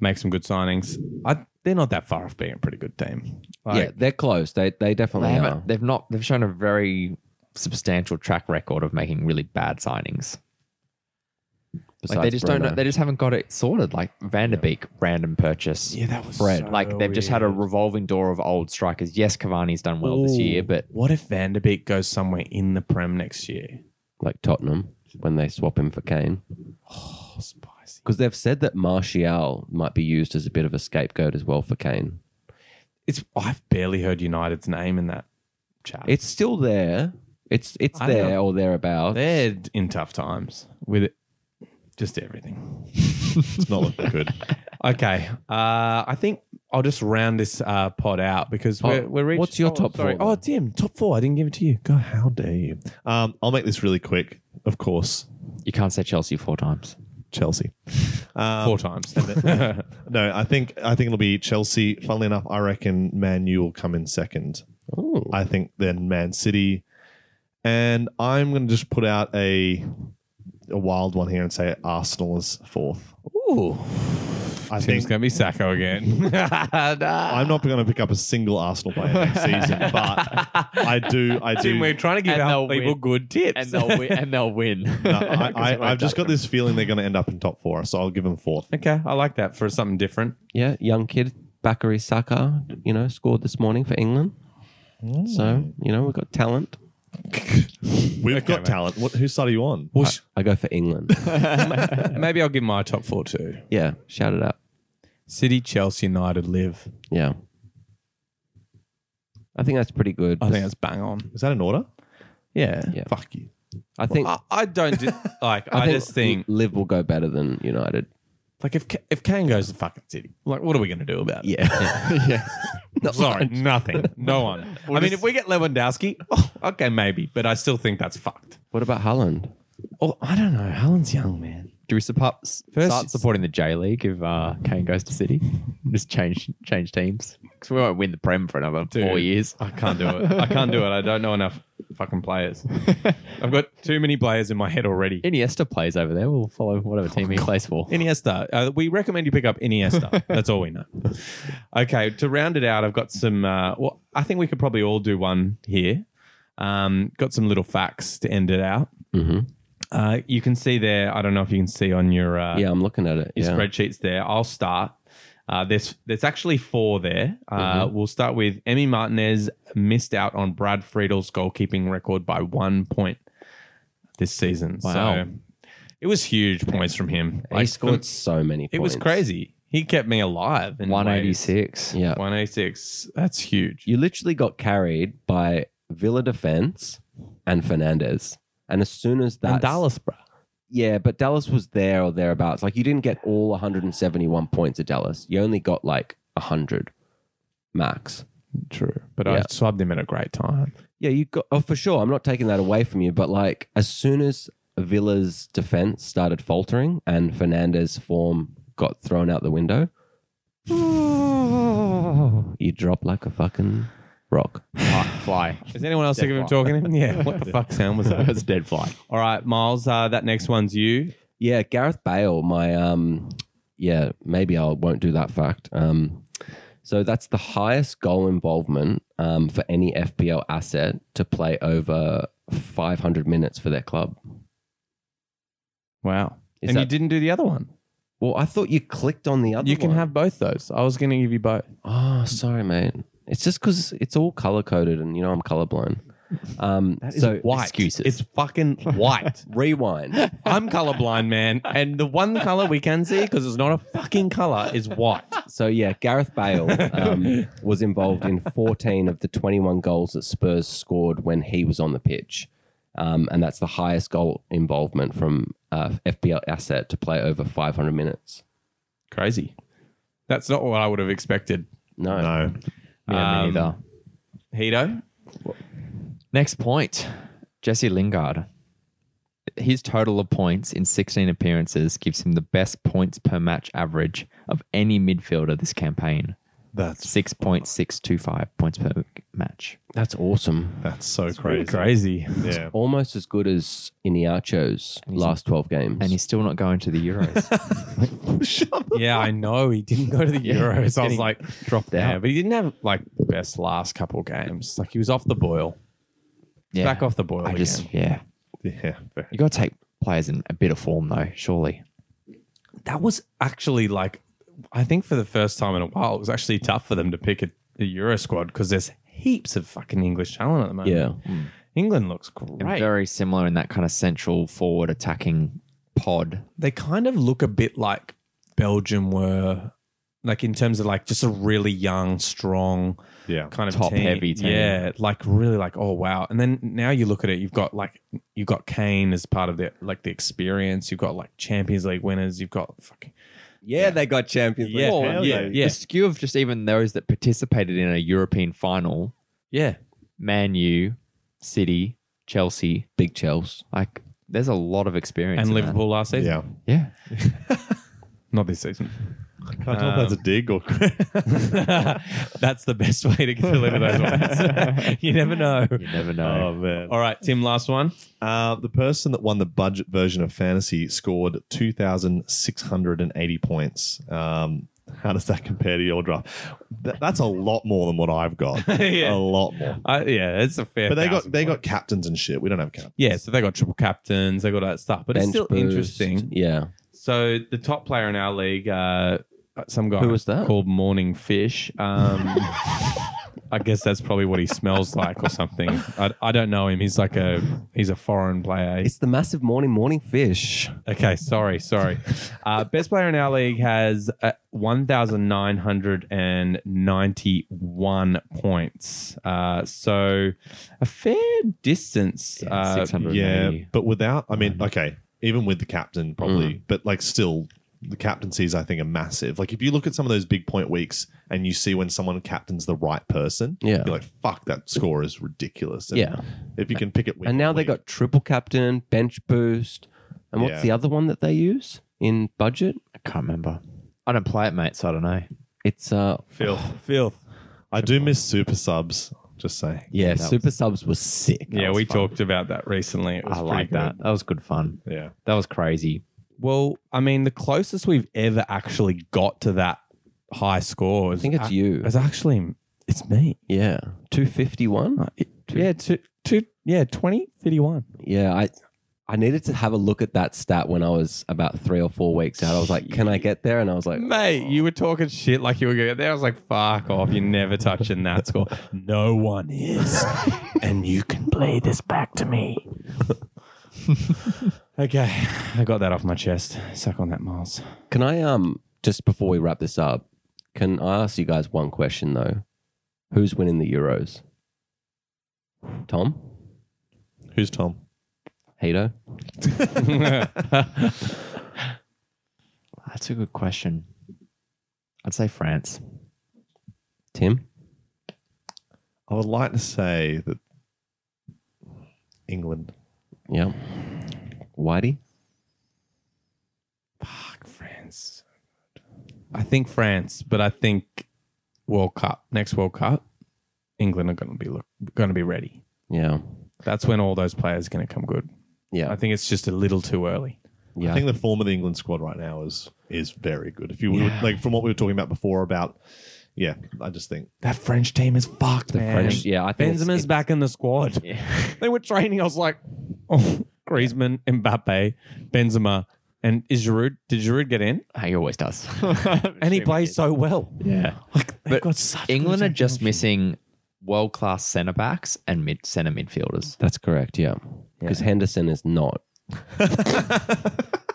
make some good signings, I, they're not that far off being a pretty good team. yeah, they're close. They they They definitely are. haven't, they've not. They've shown a very substantial track record of making really bad signings. Like they just don't know. They just haven't got it sorted. Like Vanderbeek, random purchase. Yeah, that was Fred. so like they've just had a weird. revolving door of old strikers. Yes, Cavani's done well this Ooh. year, but What if Vanderbeek goes somewhere in the Prem next year? like Tottenham when they swap him for Kane. Oh, spicy. Because they've said that Martial might be used as a bit of a scapegoat as well for Kane. It's I've barely heard United's name in that chat. It's still there. It's it's I there know. or thereabouts. They're in tough times with it. just everything. It's not looking good. Okay, uh, I think I'll just round this uh, pod out because we're, we're reached. what's your oh, top sorry. four, Oh, though? Tim, top four. I didn't give it to you. God, how dare you? Um, I'll make this really quick. Of course, you can't say Chelsea four times. Chelsea. Um, Four times. No, I think I think it'll be Chelsea. Funnily enough, I reckon Man U will come in second. Ooh. I think then Man City, and I'm going to just put out a a wild one here and say Arsenal is fourth. Ooh, I Tim's think gonna be Sacco again. I'm not going to pick up a single Arsenal player next season, but I do. I do. Tim, we're trying to give And our they'll people win. good tips. And they'll win. and they'll win. No, uh, I, I, I've just got this feeling they're going to end up in top four, so I'll give them fourth. okay, I like that for something different. Yeah, young kid, Bakary Saka, you know, scored this morning for England. Mm. So, you know, we've got talent. We've got talent. What, whose side are you on? Well, I go for England. maybe I'll give my top four too. yeah, shout it out. City, Chelsea, United, Live. Yeah. I think that's pretty good. I think that's bang on. Is that in order? Yeah. Yeah. Fuck you. I think, I, I don't di- like. I, just think Liv will go better than United. like if Ka- if Kane goes to fucking City, like what are we gonna do about it? Yeah. Sorry, nothing. No one. I mean, if we get Lewandowski, oh, okay, maybe, but I still think that's fucked. what about Holland? Oh, I don't know. Holland's young, man. Do we support, s- First- start supporting the J League if uh, Kane goes to City? Just change change teams because we won't win the Prem for another four Dude. years. I can't do it. I can't do it. I don't know enough fucking players. I've got too many players in my head already. Iniesta plays over there. We'll follow Oh, whatever team he plays for. Iniesta. Uh, we recommend you pick up Iniesta. That's all we know. Okay, to round it out, I've got some. Uh, well, I think we could probably all do one here. Um, got some little facts to end it out. Mhm. Uh, you can see there. I don't know if you can see on your uh, Yeah, I'm looking at it. your Yeah. spreadsheets there. I'll start. Uh, there's there's actually four there. Uh, Mm-hmm. We'll start with Emmy Martinez missed out on Brad Friedel's goalkeeping record by one point this season. Wow. So it was huge points from him. he Like, scored so many It points. was crazy. He kept me alive. In One eighty six. Yeah. One eighty six. That's huge. You literally got carried by Villa defense and Fernandez. And as soon as that bro. yeah, but Dallas was there or thereabouts. Like you didn't get all 171 points at Dallas. You only got like 100 max. True, but I Yeah. swabbed him at a great time. Yeah, you got oh for sure. I'm not taking that away from you, but like as soon as Villa's defense started faltering and Fernandez's form got thrown out the window, you drop like a fucking rock. Fly. Is anyone else sick of him talking? to him? Yeah. What the fuck sound was that? That's a dead fly. All right, Miles. Uh, that next one's you. Yeah, Gareth Bale. My um, yeah, maybe I won't do that fact. Um, so that's the highest goal involvement um, for any FPL asset to play over 500 minutes for their club. Wow. Is and you that- didn't do the other one. Well, I thought you clicked on the other. You can one. have both those. I was going to give you both. Oh, sorry, mate. It's just because it's all color coded, and you know I'm colorblind. Um, so excuses. It's fucking white. rewind. I'm colorblind, man. And the one color we can see, because it's not a fucking color, is white. So yeah, Gareth Bale um, was involved in 14 of the 21 goals that Spurs scored when he was on the pitch, um, and that's the highest goal involvement from uh, FBL asset to play over 500 minutes. Crazy. That's not what I would have expected. No, No. Yeah, Um, me neither. Hito? Next point Jesse Lingard. His total of points in 16 appearances gives him the best points per match average of any midfielder this campaign That's 6.625 points per match. that's awesome. that's so crazy. Crazy. Yeah. Almost as good as Iniacho's he's- last 12 games. And he's still not going to the Euros. Yeah, I know. He didn't go to the Euros. I was like, Dropped out. yeah, but he didn't have like the best last couple games. Like he was off the boil. Yeah. Back off the boil. I just, again. yeah. Yeah. fair. you got to take players in a bit of form, though, surely. that was actually like, I think for the first time in a while, it was actually tough for them to pick a, a Euro squad because there's heaps of fucking English talent at the moment. Yeah. England looks great. And very similar in that kind of central forward attacking pod. they kind of look a bit like Belgium were, like in terms of like just a really young, strong Yeah. kind of Top team. heavy team. Yeah, like really like oh wow. And then now you look at it, you've got like you've got Kane as part of the like the experience. You've got like Champions League winners. You've got fucking Yeah, they got Champions League. yeah, Well, hell yeah, yeah. yeah, The skew of just even those that participated in a European final, yeah. Man U, City, Chelsea, Big Chels. like there's a lot of experience. And in that. Liverpool last season. Yeah. Yeah. Not this season. Can't tell if that's a dig or. That's the best way to deliver those ones. you never know. You never know. oh, man. All right, Tim, last one. Uh, the person that won the budget version of fantasy scored 2,680 points. Um, how does that compare to your draft? Th- that's a lot more than what I've got. Yeah. A lot more. I yeah, it's a fair But they got thousand they got points. captains and shit. We don't have captains. Yeah, so they got triple captains, they got all that stuff. But it's Bench still boost. interesting. Yeah. So the top player in our league, uh, some guy Who was that? called Morning Fish. Um, I guess that's probably what he smells like or something. I, I don't know him. He's like a he's a foreign player. It's the massive morning, morning fish. Okay, sorry, sorry. Uh, best player in our league has uh, 1,991 points. Uh, so a fair distance. Uh, 680. Yeah, but without, I Um, mean, okay, even with the captain, probably, Mm. but like still, the captaincies I think are massive. Like if you look at some of those big point weeks and you see when someone captains the right person, Yeah. you're like, fuck, that score is ridiculous. And Yeah. if you can pick it, week And now on they week- got triple captain, bench boost. And what's Yeah. the other one that they use in budget? I can't remember. I don't play it, mate, so I don't know. It's uh Filth. Filth. I do miss super subs. Just saying. yeah, That super subs was sick. Yeah, we talked about that recently. It was I pretty like good. that. That was good fun. Yeah. That was crazy. Well, I mean, the closest we've ever actually got to that high score is I think it's ac- you. It's actually it's me. Yeah. 251. yeah, two, two, yeah, twenty fifty one. Yeah, I I needed to have a look at that stat when I was about 3 or 4 weeks out. I was like, "Can I get there?" And I was like, Mate, you were talking shit like you were going there. I was like, fuck off. You're never touching that score. No one is. and you can play this back to me. okay. I got that off my chest. Suck on that, Miles. "Can I um just before we wrap this up, can I ask you guys one question though? Who's winning the Euros? Tom? Who's Tom? Hito? That's a good question. I'd say France. Tim? I would like to say that England. Yeah. Whitey? fuck, France. I think France, but I think World Cup, next World Cup, England are going to be look, going to be ready. Yeah. That's when all those players are going to come good. Yeah. I think it's just a little too early. yeah. I think the form of the England squad right now is is very good. If you were like from what we were talking about before about, yeah, I just think That French team is fucked, man. French- yeah, I think it's- Benzema's it's- back in the squad. they were training. I was like, oh, Griezmann, Mbappe, Benzema, and is Giroud? Did Giroud get in? He always does. And he plays so well. Yeah. They've got such England are just missing world class centre backs and mid centre midfielders. That's correct. Yeah. Because Henderson is not.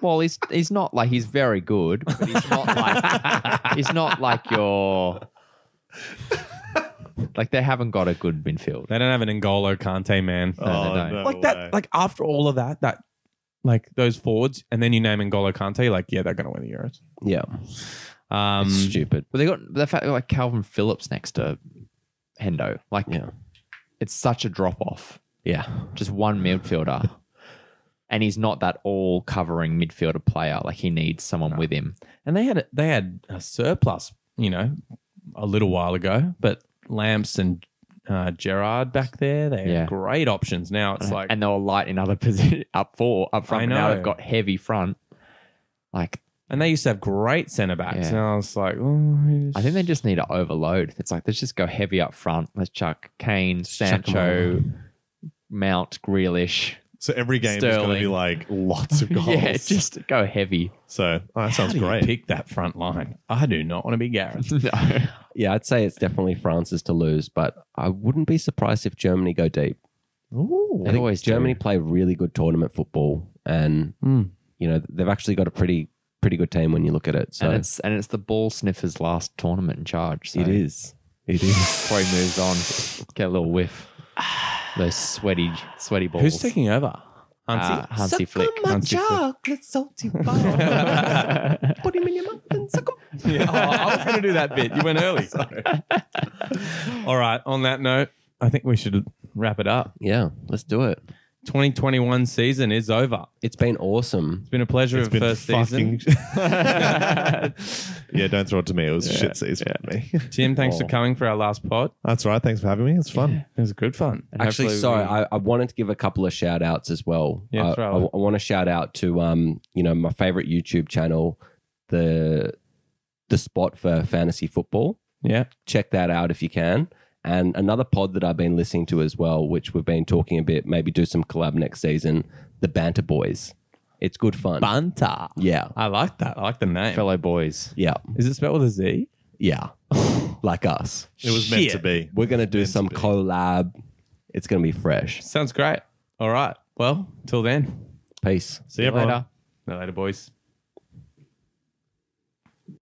Well, he's he's not like he's very good, but he's not like he's not like your like they haven't got a good midfield. They don't have an N'Golo Kante man. Oh, No, they don't. like that. Like after all of that, that like those forwards, and then you name N'Golo Kante. Like yeah, they're going to win the Euros. Yeah. Um, Stupid. But they got the fact that like Calvin Phillips next to Hendo, like Yeah. it's such a drop off. Yeah. Just one midfielder, and he's not that all covering midfielder player. Like he needs someone with him. and they had a, they had a surplus, you know, a little while ago. But Lamps and uh, Gerard back there, they Yeah. had great options. Now it's like and they were light in other position up four up front. I but Now know. they've got heavy front. Like And they used to have great centre backs. Yeah. And I was like, oh, I think they just need to overload. It's like let's just go heavy up front. Let's chuck Kane, Sancho, Mount, Grealish. So every game is going to be Sterling. like lots of goals. yeah, just go heavy. so oh, that sounds How do you great. pick that front line. I do not want to be Gareth. No. Yeah, I'd say it's definitely France's to lose, but I wouldn't be surprised if Germany go deep. They I think always do. Germany play really good tournament football, and you know they've actually got a pretty pretty good team when you look at it. So And it's and it's the ball sniffer's last tournament in charge. So it is, it is. Before he moves on, get a little whiff. Those sweaty, sweaty balls. Who's taking over? Hansi. uh, Hansi Flick? Hansi Flick. Yeah. Oh, I was going to do that bit. You went early. All right. On that note, I think we should wrap it up. Yeah, let's do it. 2021 season is over. It's been awesome. It's been a pleasure of first season. yeah, don't throw it to me. It was shit season for me. Tim, thanks for coming for our last pod. That's right. Thanks for having me. It's fun. It was good fun. Actually, sorry, I, I wanted to give a couple of shout outs as well. Yeah, I, throw it. want to shout out to um, you know, my favorite YouTube channel, the the spot for fantasy football. Yeah. check that out if you can. And another pod that I've been listening to as well, which we've been talking a bit, maybe do some collab next season, the Banter Boys. It's good fun. Banta. yeah. I like that. I like the name. Fellow boys. Yeah. Is it spelled with a Z? Yeah. like us. It was meant to be. We're going to do some collab. It's going to be fresh. Sounds great. All right. Well, till then. Peace. See you everyone. Later. See you Later, boys.